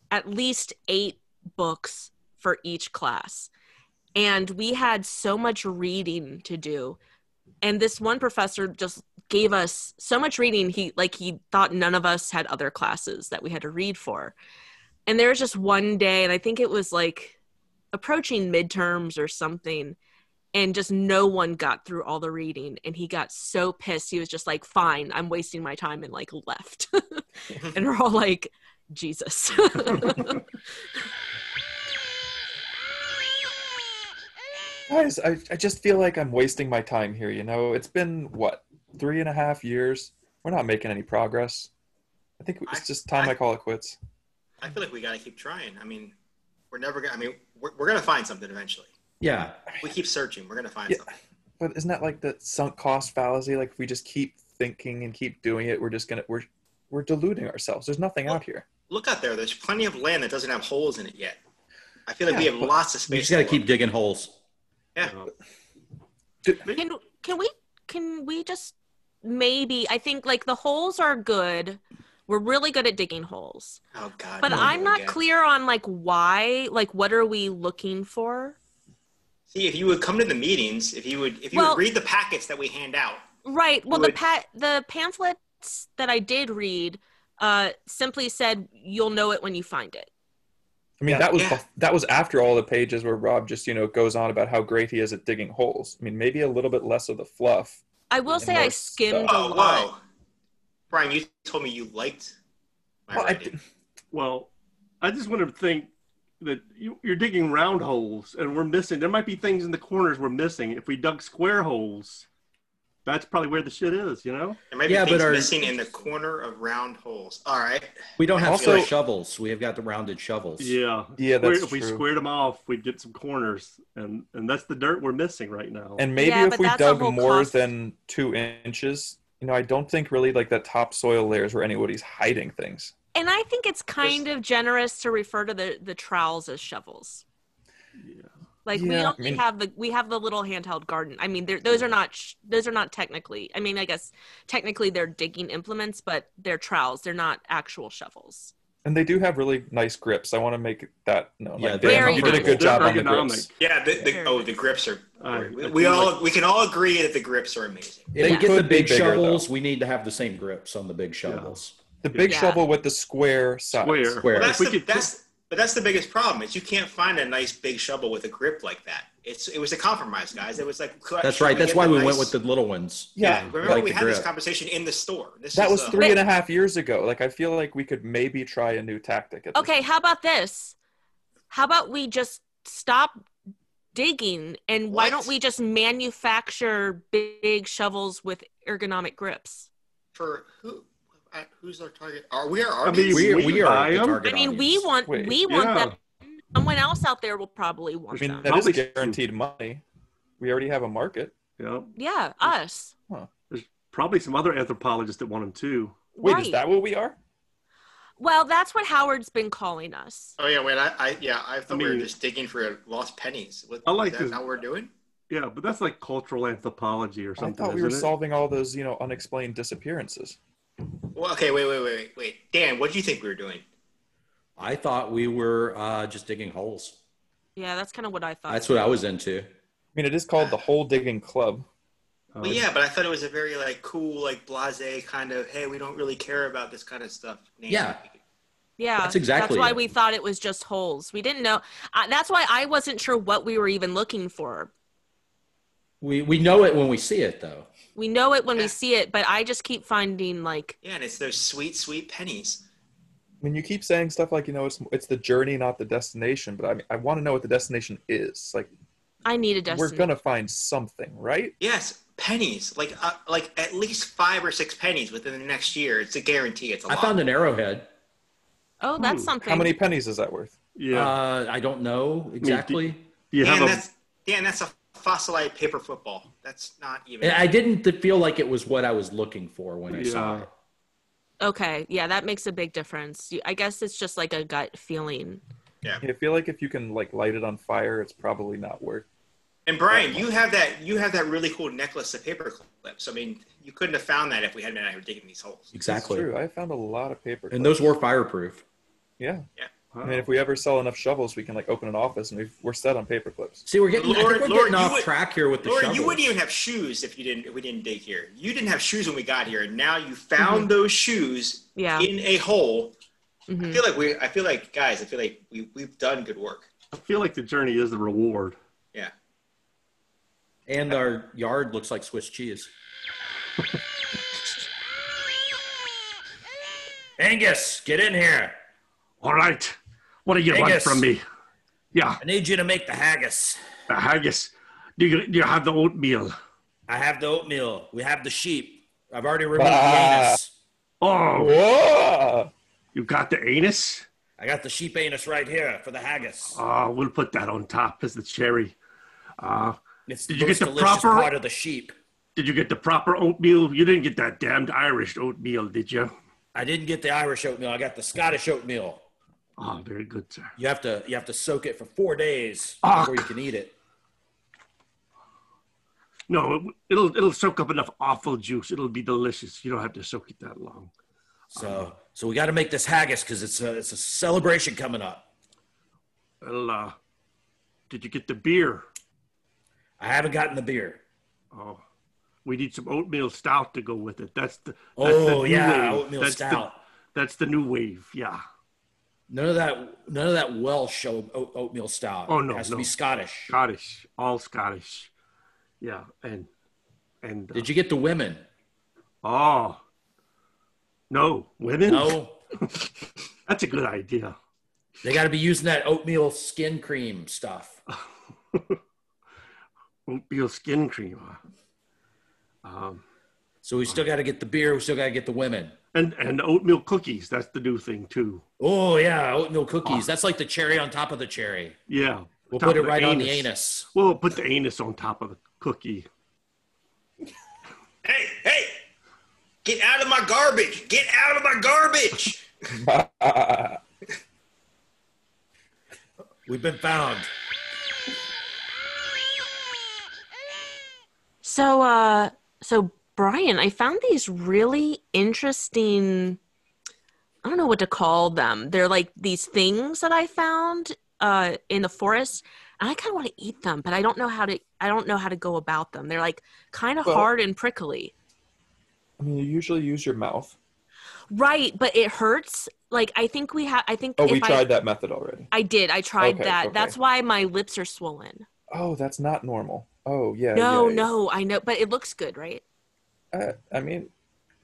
[SPEAKER 2] at least 8 books for each class and we had so much reading to do and this one professor just gave us so much reading he like he thought none of us had other classes that we had to read for and there was just one day and I think it was like approaching midterms or something and just no one got through all the reading and he got so pissed he was just like fine i'm wasting my time and like left [LAUGHS] and we're all like jesus
[SPEAKER 5] Guys, I, I just feel like I'm wasting my time here. You know, it's been what three and a half years. We're not making any progress. I think it's just time I, call it quits.
[SPEAKER 6] I feel like we got to keep trying. I mean, we're never gonna. I mean, we're, we're gonna find something eventually.
[SPEAKER 3] Yeah.
[SPEAKER 6] We keep searching. We're gonna find
[SPEAKER 5] Yeah.
[SPEAKER 6] something.
[SPEAKER 5] But isn't that like the sunk cost fallacy? Like if we just keep thinking and keep doing it, we're just gonna we're we're deluding ourselves. There's nothing out here.
[SPEAKER 6] Look out there. There's plenty of land that doesn't have holes in it yet. I feel like we
[SPEAKER 5] Yeah,
[SPEAKER 6] have
[SPEAKER 5] but
[SPEAKER 6] lots of
[SPEAKER 3] You
[SPEAKER 6] space.
[SPEAKER 3] just got to
[SPEAKER 6] to
[SPEAKER 3] keep digging holes.
[SPEAKER 6] Yeah.
[SPEAKER 2] Can can we can we just maybe I think like the holes are good. We're really good at digging holes.
[SPEAKER 6] work. Oh God.
[SPEAKER 2] But
[SPEAKER 6] here we
[SPEAKER 2] I'm
[SPEAKER 6] go
[SPEAKER 2] not
[SPEAKER 6] again.
[SPEAKER 2] clear on like why, like what are we looking for?
[SPEAKER 6] See, if you would come to the meetings, if you would, if you
[SPEAKER 2] Well-
[SPEAKER 6] would read the packets that we hand out,
[SPEAKER 2] Right. Well, the
[SPEAKER 6] Would-
[SPEAKER 2] pa- the pamphlets that I did read uh simply said you'll know it when you find it.
[SPEAKER 5] I mean,
[SPEAKER 6] Yeah.
[SPEAKER 5] that was
[SPEAKER 6] Yeah.
[SPEAKER 5] bef- that was after all the pages where Rob just you know goes on about how great he is at digging holes. I mean, maybe a little bit less of the fluff.
[SPEAKER 2] I will
[SPEAKER 5] And
[SPEAKER 2] say I
[SPEAKER 5] more
[SPEAKER 2] skimmed
[SPEAKER 5] stuff.
[SPEAKER 2] a
[SPEAKER 6] Oh,
[SPEAKER 2] lot.
[SPEAKER 6] whoa. Brian, you told me you liked my
[SPEAKER 5] Well, I
[SPEAKER 6] writing.
[SPEAKER 4] Well, I just want to think that you, you're digging round holes and we're missing. There might be things in the corners we're missing. If we dug square holes, that's probably where the shit is, you know?
[SPEAKER 6] There might be
[SPEAKER 3] Yeah, but
[SPEAKER 6] things
[SPEAKER 3] our-
[SPEAKER 6] missing in the corner of round holes. All right.
[SPEAKER 3] We don't have
[SPEAKER 5] Also-
[SPEAKER 3] square shovels. We have got the rounded shovels.
[SPEAKER 4] Yeah.
[SPEAKER 5] Yeah, that's
[SPEAKER 4] Where if we
[SPEAKER 5] true.
[SPEAKER 4] squared them off, we'd get some corners. And, and that's the dirt we're missing right now.
[SPEAKER 5] And maybe
[SPEAKER 2] Yeah,
[SPEAKER 5] if
[SPEAKER 2] but
[SPEAKER 5] we
[SPEAKER 2] that's a
[SPEAKER 5] dug
[SPEAKER 2] whole
[SPEAKER 5] more
[SPEAKER 2] cost-
[SPEAKER 5] than two inches, you know, I don't think really like that topsoil layer is where anybody's hiding things.
[SPEAKER 2] And I think it's kind of generous to refer to the the trowels as shovels.
[SPEAKER 4] yeah.
[SPEAKER 2] Like we
[SPEAKER 5] Yeah, I
[SPEAKER 2] only
[SPEAKER 5] mean-
[SPEAKER 2] have the we have the little handheld garden. I mean, they're- those are not sh- those are not technically. I mean, I guess technically they're digging implements, but they're trowels. They're not actual shovels.
[SPEAKER 5] And they do have really nice grips. I want to make that known.
[SPEAKER 3] Yeah,
[SPEAKER 5] Like,
[SPEAKER 2] they're
[SPEAKER 5] Dan, you did a good
[SPEAKER 4] comfortable.
[SPEAKER 5] job
[SPEAKER 4] They're
[SPEAKER 5] on the grips.
[SPEAKER 4] ergonomic.
[SPEAKER 6] Yeah. The, the,
[SPEAKER 2] Sure.
[SPEAKER 6] oh, the grips are.
[SPEAKER 4] I- I
[SPEAKER 6] we
[SPEAKER 4] do
[SPEAKER 6] we all we can all agree that the grips are amazing.
[SPEAKER 3] If
[SPEAKER 5] They
[SPEAKER 3] we get the
[SPEAKER 5] could be
[SPEAKER 3] big
[SPEAKER 5] bigger,
[SPEAKER 3] shovels, we need to have the same grips on the big shovels.
[SPEAKER 5] The big
[SPEAKER 2] Yeah.
[SPEAKER 5] shovel with the square sides.
[SPEAKER 4] Square.
[SPEAKER 3] Square.
[SPEAKER 6] Well, that's
[SPEAKER 4] we
[SPEAKER 6] the,
[SPEAKER 4] could-
[SPEAKER 6] that's but that's the biggest problem is you can't find a nice big shovel with a grip like that. It's it was a compromise, guys. It was like
[SPEAKER 3] That's right. That's why we went with the little ones.
[SPEAKER 5] Yeah.
[SPEAKER 6] Remember
[SPEAKER 3] like
[SPEAKER 6] we
[SPEAKER 3] the
[SPEAKER 6] had this
[SPEAKER 3] grip.
[SPEAKER 6] conversation in the store. This
[SPEAKER 5] That
[SPEAKER 6] is
[SPEAKER 5] was
[SPEAKER 6] a-
[SPEAKER 5] three and a half years ago. Like I feel like we could maybe try a new tactic. At this
[SPEAKER 2] Okay, how about this? How about we just stop digging and why
[SPEAKER 6] What?
[SPEAKER 2] don't we just manufacture big shovels with ergonomic grips?
[SPEAKER 6] for who? uh, Who's our target? Are we our
[SPEAKER 4] mean,
[SPEAKER 6] audience?
[SPEAKER 3] We,
[SPEAKER 4] We
[SPEAKER 3] we
[SPEAKER 4] can
[SPEAKER 3] are
[SPEAKER 4] buy
[SPEAKER 3] the
[SPEAKER 4] 'em.
[SPEAKER 3] target
[SPEAKER 2] I mean, we
[SPEAKER 3] audience.
[SPEAKER 2] want
[SPEAKER 5] Wait,
[SPEAKER 2] we want
[SPEAKER 4] yeah.
[SPEAKER 2] them. Someone else out there will probably
[SPEAKER 5] I
[SPEAKER 2] want
[SPEAKER 5] mean,
[SPEAKER 2] them.
[SPEAKER 5] that is
[SPEAKER 4] Probably should.
[SPEAKER 5] guaranteed money. We already have a market.
[SPEAKER 4] Yeah.
[SPEAKER 2] yeah, us.
[SPEAKER 4] Probably some other anthropologists that want them too.
[SPEAKER 5] Wait,
[SPEAKER 2] right.
[SPEAKER 5] is that what we are?
[SPEAKER 2] Well, that's what Howard's been calling us.
[SPEAKER 6] Oh yeah, wait. I, I yeah, I thought we
[SPEAKER 4] mean-
[SPEAKER 6] were just digging for lost pennies. What,
[SPEAKER 4] I like
[SPEAKER 6] is
[SPEAKER 4] this-
[SPEAKER 6] that. How we're doing?
[SPEAKER 4] Yeah, but that's like cultural anthropology or
[SPEAKER 5] I
[SPEAKER 4] something.
[SPEAKER 5] thought we were
[SPEAKER 4] isn't it?
[SPEAKER 5] solving all those, you know, unexplained disappearances.
[SPEAKER 6] Well, okay, wait, wait, wait, wait, wait. Dan, what do you think we were doing?
[SPEAKER 3] I thought we were uh, just digging holes.
[SPEAKER 2] Yeah, that's kind of what I thought.
[SPEAKER 3] That's what I was into.
[SPEAKER 5] I mean, it is called the Hole Digging Club.
[SPEAKER 3] Oh,
[SPEAKER 4] Um,
[SPEAKER 6] well, yeah, but I thought it was a very like cool, like blase kind of. Hey, we don't really care about this kind of stuff. name.
[SPEAKER 3] Yeah.
[SPEAKER 2] yeah,
[SPEAKER 3] That's exactly
[SPEAKER 2] That's why
[SPEAKER 3] it.
[SPEAKER 2] we thought it was just holes. We didn't know. Uh, that's why I wasn't sure what we were even looking for.
[SPEAKER 3] We we know it when we see it though.
[SPEAKER 2] We know it when
[SPEAKER 6] Yeah.
[SPEAKER 2] we see it, but I just keep finding like
[SPEAKER 6] Yeah, and it's those sweet, sweet pennies.
[SPEAKER 5] I mean, you keep saying stuff like, you know, it's it's the journey, not the destination. But I mean, I want to know what the destination is. Like,
[SPEAKER 2] I need a destiny.
[SPEAKER 5] we're gonna find something, right?
[SPEAKER 6] Yes, pennies. Like, uh, like at least five or six pennies within the next year. It's a guarantee. It's a
[SPEAKER 3] I
[SPEAKER 6] lot.
[SPEAKER 3] found an arrowhead.
[SPEAKER 2] oh, that's
[SPEAKER 4] Ooh,
[SPEAKER 2] something.
[SPEAKER 5] How many pennies is that worth?
[SPEAKER 4] Yeah.
[SPEAKER 3] Uh, I don't know exactly.
[SPEAKER 4] Do you
[SPEAKER 6] Dan,
[SPEAKER 4] have a
[SPEAKER 6] that's Dan. That's a fossilized paper football. That's not even.
[SPEAKER 3] And I didn't th- feel like it was what I was looking for when I saw
[SPEAKER 4] Yeah.
[SPEAKER 3] it.
[SPEAKER 2] Okay, yeah, that makes a big difference. You- I guess it's just like a gut feeling.
[SPEAKER 5] I feel like if you can like light it on fire, it's probably not worth.
[SPEAKER 6] And Brian, you have that you have that really cool necklace of paper clips. I mean, you couldn't have found that if we hadn't been out here digging these holes.
[SPEAKER 3] Exactly.
[SPEAKER 5] It's true. I found a lot of paper.
[SPEAKER 3] And
[SPEAKER 5] clips.
[SPEAKER 3] those were fireproof.
[SPEAKER 5] yeah.
[SPEAKER 4] wow.
[SPEAKER 5] I mean, if we ever sell enough shovels, we can like open an office, and we've, we're set on paper clips.
[SPEAKER 3] See, we're getting, I think
[SPEAKER 6] Lord-
[SPEAKER 3] we're
[SPEAKER 6] Lord,
[SPEAKER 3] getting
[SPEAKER 6] you
[SPEAKER 3] off
[SPEAKER 6] would-
[SPEAKER 3] track here with the
[SPEAKER 6] Laura,
[SPEAKER 3] shovels.
[SPEAKER 6] you wouldn't even have shoes if you didn't if we didn't dig here. You didn't have shoes when we got here, and now you
[SPEAKER 3] Mm-hmm.
[SPEAKER 6] found those shoes
[SPEAKER 2] Yeah.
[SPEAKER 6] in a hole. I
[SPEAKER 2] Mhm.
[SPEAKER 3] Mm-hmm.
[SPEAKER 6] feel like we I feel like guys, I feel like we we've done good work.
[SPEAKER 4] I feel like the journey is the reward.
[SPEAKER 6] Yeah.
[SPEAKER 3] And our yard looks like Swiss cheese. [LAUGHS] Angus, get in here.
[SPEAKER 4] All right. What do you
[SPEAKER 3] Haggis.
[SPEAKER 4] want from me? Yeah,
[SPEAKER 3] I need you to make the haggis.
[SPEAKER 4] the haggis. Do you, do you have the oatmeal?
[SPEAKER 3] I have the [LAUGHS] oatmeal. We have the sheep. I've already removed
[SPEAKER 5] Ah.
[SPEAKER 3] the anus.
[SPEAKER 4] Oh,
[SPEAKER 5] Whoa!
[SPEAKER 4] You got the anus?
[SPEAKER 7] I got the sheep anus right here for the haggis.
[SPEAKER 4] Oh, we'll put that on top as the cherry. Uh,
[SPEAKER 7] it's
[SPEAKER 4] did
[SPEAKER 7] the
[SPEAKER 4] you
[SPEAKER 7] most
[SPEAKER 4] get the
[SPEAKER 7] delicious
[SPEAKER 4] proper-
[SPEAKER 7] part of the sheep.
[SPEAKER 4] did you get the proper oatmeal? You didn't get that damned Irish oatmeal, did you?
[SPEAKER 7] I didn't get the Irish oatmeal. I got the Scottish oatmeal.
[SPEAKER 4] Oh, very good, sir.
[SPEAKER 7] You have to you have to soak it for four days
[SPEAKER 4] Ah,
[SPEAKER 7] before you can eat it.
[SPEAKER 4] No, it, it'll it'll soak up enough awful juice. It'll be delicious. You don't have to soak it that long.
[SPEAKER 7] So so we got to make this haggis because it's a, it's a celebration coming up.
[SPEAKER 4] Well, uh, did you get the beer?
[SPEAKER 7] I haven't gotten the beer.
[SPEAKER 4] Oh, we need some oatmeal stout to go with it. That's the that's the
[SPEAKER 7] Oh
[SPEAKER 4] new
[SPEAKER 7] yeah,
[SPEAKER 4] wave.
[SPEAKER 7] oatmeal
[SPEAKER 4] that's
[SPEAKER 7] stout.
[SPEAKER 4] The, that's the new wave. Yeah.
[SPEAKER 7] None of that none of that Welsh oat- oat- oatmeal stout.
[SPEAKER 4] Oh, no,
[SPEAKER 7] it has
[SPEAKER 4] no. Uh.
[SPEAKER 7] to be Scottish.
[SPEAKER 4] Scottish, all Scottish. Yeah, and and uh,
[SPEAKER 7] Did you get the women?
[SPEAKER 4] oh no, women.
[SPEAKER 7] No,
[SPEAKER 4] [LAUGHS] that's a good idea.
[SPEAKER 7] they got to be using that oatmeal skin cream stuff.
[SPEAKER 4] Uh. Oatmeal skin cream. huh? Um,
[SPEAKER 7] So we still got to get the beer. We still got to get the women.
[SPEAKER 4] and and oatmeal cookies. That's the new thing too.
[SPEAKER 7] Oh yeah, oatmeal
[SPEAKER 5] Ah.
[SPEAKER 7] cookies. That's like the cherry on top of the cherry.
[SPEAKER 4] Yeah,
[SPEAKER 7] We'll
[SPEAKER 4] top
[SPEAKER 7] put it
[SPEAKER 4] of
[SPEAKER 7] right on the anus.
[SPEAKER 4] We'll put the anus on top of the cookie.
[SPEAKER 6] Hey, hey, get out of my garbage. Get out of my garbage.
[SPEAKER 7] We've been found.
[SPEAKER 2] So, uh, so Brian, I found these really interesting. I don't know what to call them. They're like these things that I found uh, in the forest, and I kind of want to eat them, but I don't know how to. I don't know how to go about them. They're like kind of
[SPEAKER 5] Well-
[SPEAKER 2] hard and prickly,
[SPEAKER 5] I mean, you usually use your mouth.
[SPEAKER 2] right? But it hurts. Like I think we have. I think
[SPEAKER 5] Oh, we
[SPEAKER 2] if I-
[SPEAKER 5] tried that method already.
[SPEAKER 2] I did. I tried
[SPEAKER 5] Okay,
[SPEAKER 2] that.
[SPEAKER 5] okay.
[SPEAKER 2] That's why my lips are swollen.
[SPEAKER 5] Oh, that's not normal. Oh, yeah.
[SPEAKER 2] no,
[SPEAKER 5] yeah,
[SPEAKER 2] no, I know, but it looks good, right?
[SPEAKER 5] yeah. I, I mean,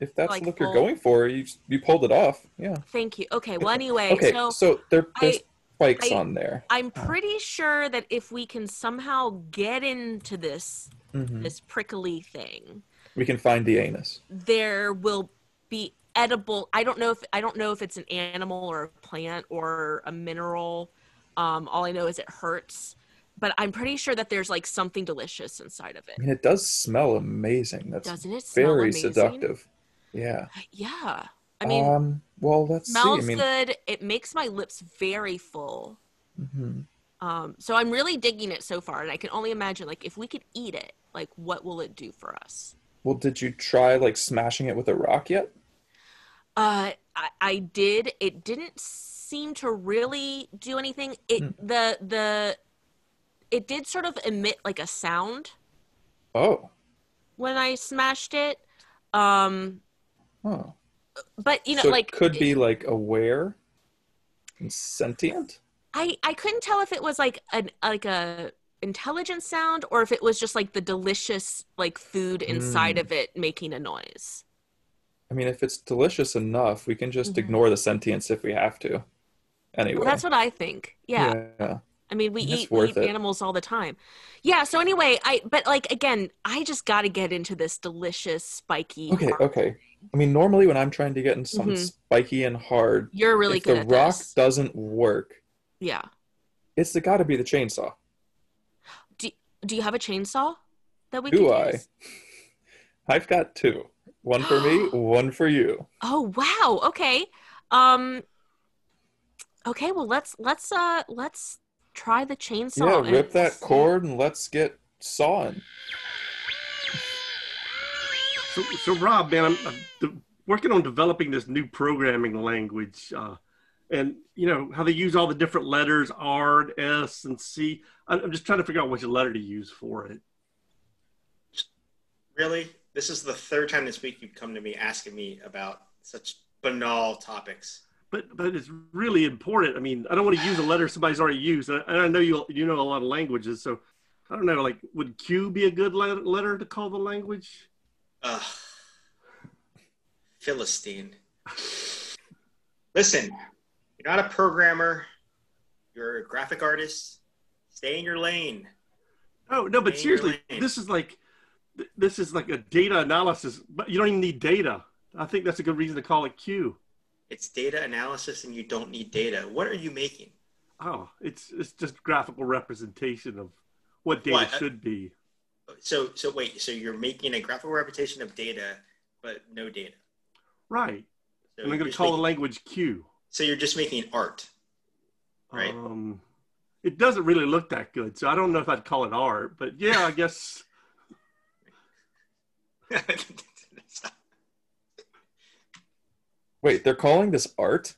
[SPEAKER 5] if that's
[SPEAKER 2] Like
[SPEAKER 5] the look you're
[SPEAKER 2] full-
[SPEAKER 5] going for, you you pulled it off. Yeah.
[SPEAKER 2] Thank you. Okay. Well, anyway,
[SPEAKER 5] Okay,
[SPEAKER 2] so
[SPEAKER 5] so, there, there's
[SPEAKER 2] I-
[SPEAKER 5] spikes
[SPEAKER 2] I-
[SPEAKER 5] on there.
[SPEAKER 2] I'm pretty sure that if we can somehow get into this
[SPEAKER 5] Mhm.
[SPEAKER 2] this prickly thing,
[SPEAKER 5] We can find the anus.
[SPEAKER 2] there will be edible. I don't know if I don't know if it's an animal or a plant or a mineral. Um, all I know is it hurts, but I'm pretty sure that there's like something delicious inside of
[SPEAKER 5] I
[SPEAKER 2] it.
[SPEAKER 5] mean, it does smell amazing. That's
[SPEAKER 2] Doesn't it smell
[SPEAKER 5] very
[SPEAKER 2] amazing?
[SPEAKER 5] seductive. Yeah.
[SPEAKER 2] Yeah, I mean, uh,
[SPEAKER 5] um, well, let's see. I
[SPEAKER 2] smells
[SPEAKER 5] mean,
[SPEAKER 2] good. It makes my lips very full.
[SPEAKER 5] mhm.
[SPEAKER 2] Um, so I'm really digging it so far, and I can only imagine like if we could eat it, like what will it do for us?
[SPEAKER 5] well, did you try like smashing it with a rock yet?
[SPEAKER 2] Uh, I, I did. It didn't seem to really do anything. It
[SPEAKER 5] Mm.
[SPEAKER 2] the the it did sort of emit like a sound
[SPEAKER 5] Oh,
[SPEAKER 2] when I smashed it. Um,
[SPEAKER 5] huh.
[SPEAKER 2] but you know,
[SPEAKER 5] so
[SPEAKER 2] like
[SPEAKER 5] it could be like aware and sentient.
[SPEAKER 2] I I couldn't tell if it was like an like a intelligent sound or if it was just like the delicious like food inside
[SPEAKER 5] Mm.
[SPEAKER 2] of it making a noise.
[SPEAKER 5] I mean, if it's delicious enough, we can just
[SPEAKER 2] Mhm.
[SPEAKER 5] ignore the sentience if we have to. Anyway,
[SPEAKER 2] Well, that's what I think. Yeah.
[SPEAKER 5] yeah.
[SPEAKER 2] I mean, we
[SPEAKER 5] And it's
[SPEAKER 2] eat, we
[SPEAKER 5] worth
[SPEAKER 2] eat
[SPEAKER 5] it.
[SPEAKER 2] animals all the time. Yeah. So anyway, I but like again, I just got to get into this delicious spiky.
[SPEAKER 5] Okay,
[SPEAKER 2] rock.
[SPEAKER 5] okay. I mean, normally when I'm trying to get in something
[SPEAKER 2] Mhm.
[SPEAKER 5] spiky and hard,
[SPEAKER 2] You're really
[SPEAKER 5] if
[SPEAKER 2] good
[SPEAKER 5] the
[SPEAKER 2] at
[SPEAKER 5] rock
[SPEAKER 2] this.
[SPEAKER 5] doesn't work,
[SPEAKER 2] Yeah.
[SPEAKER 5] it's got to be the chainsaw.
[SPEAKER 2] Do you have a chainsaw that we
[SPEAKER 5] Do
[SPEAKER 2] could
[SPEAKER 5] I?
[SPEAKER 2] use?
[SPEAKER 5] I've got two. One for me, one for you.
[SPEAKER 2] Oh wow. Okay. Um. Okay. Well, let's let's uh let's try the chainsaw.
[SPEAKER 5] yeah,
[SPEAKER 2] and
[SPEAKER 5] rip that
[SPEAKER 2] see-
[SPEAKER 5] cord and let's get sawing.
[SPEAKER 4] So, so Rob, man, I'm, I'm de- working on developing this new programming language, uh, and you know how they use all the different letters R and S and C. I'm, I'm just trying to figure out which letter to use for it.
[SPEAKER 6] Really? This is the third time this week you've come to me asking me about such banal topics.
[SPEAKER 4] But but it's really important. I mean, I don't want to use a letter somebody's already used, and I, and I know you you know a lot of languages, so I don't know. Like, would Q be a good le- letter to call the language?
[SPEAKER 6] Ugh. Philistine. Listen, you're not a programmer, you're a graphic artist. Stay in your lane.
[SPEAKER 4] No, no, but
[SPEAKER 6] Name
[SPEAKER 4] seriously,
[SPEAKER 6] your lane.
[SPEAKER 4] this is like th- this is like a data analysis, but you don't even need data. I think that's a good reason to call it Q.
[SPEAKER 6] It's data analysis, and you don't need data. What are you making?
[SPEAKER 4] Oh, it's it's just graphical representation of what data
[SPEAKER 6] What?
[SPEAKER 4] should be.
[SPEAKER 6] So, so wait. So you're making a graphical representation of data, but no data.
[SPEAKER 4] Right.
[SPEAKER 6] So
[SPEAKER 4] and
[SPEAKER 6] you're
[SPEAKER 4] I'm going to
[SPEAKER 6] just
[SPEAKER 4] call the
[SPEAKER 6] making-
[SPEAKER 4] language Q.
[SPEAKER 6] So you're just making
[SPEAKER 4] [LAUGHS]
[SPEAKER 6] art. Right.
[SPEAKER 4] Um, it doesn't really look that good, so I don't know if I'd call it art, but yeah, I guess [LAUGHS]
[SPEAKER 5] Wait, they're calling this art?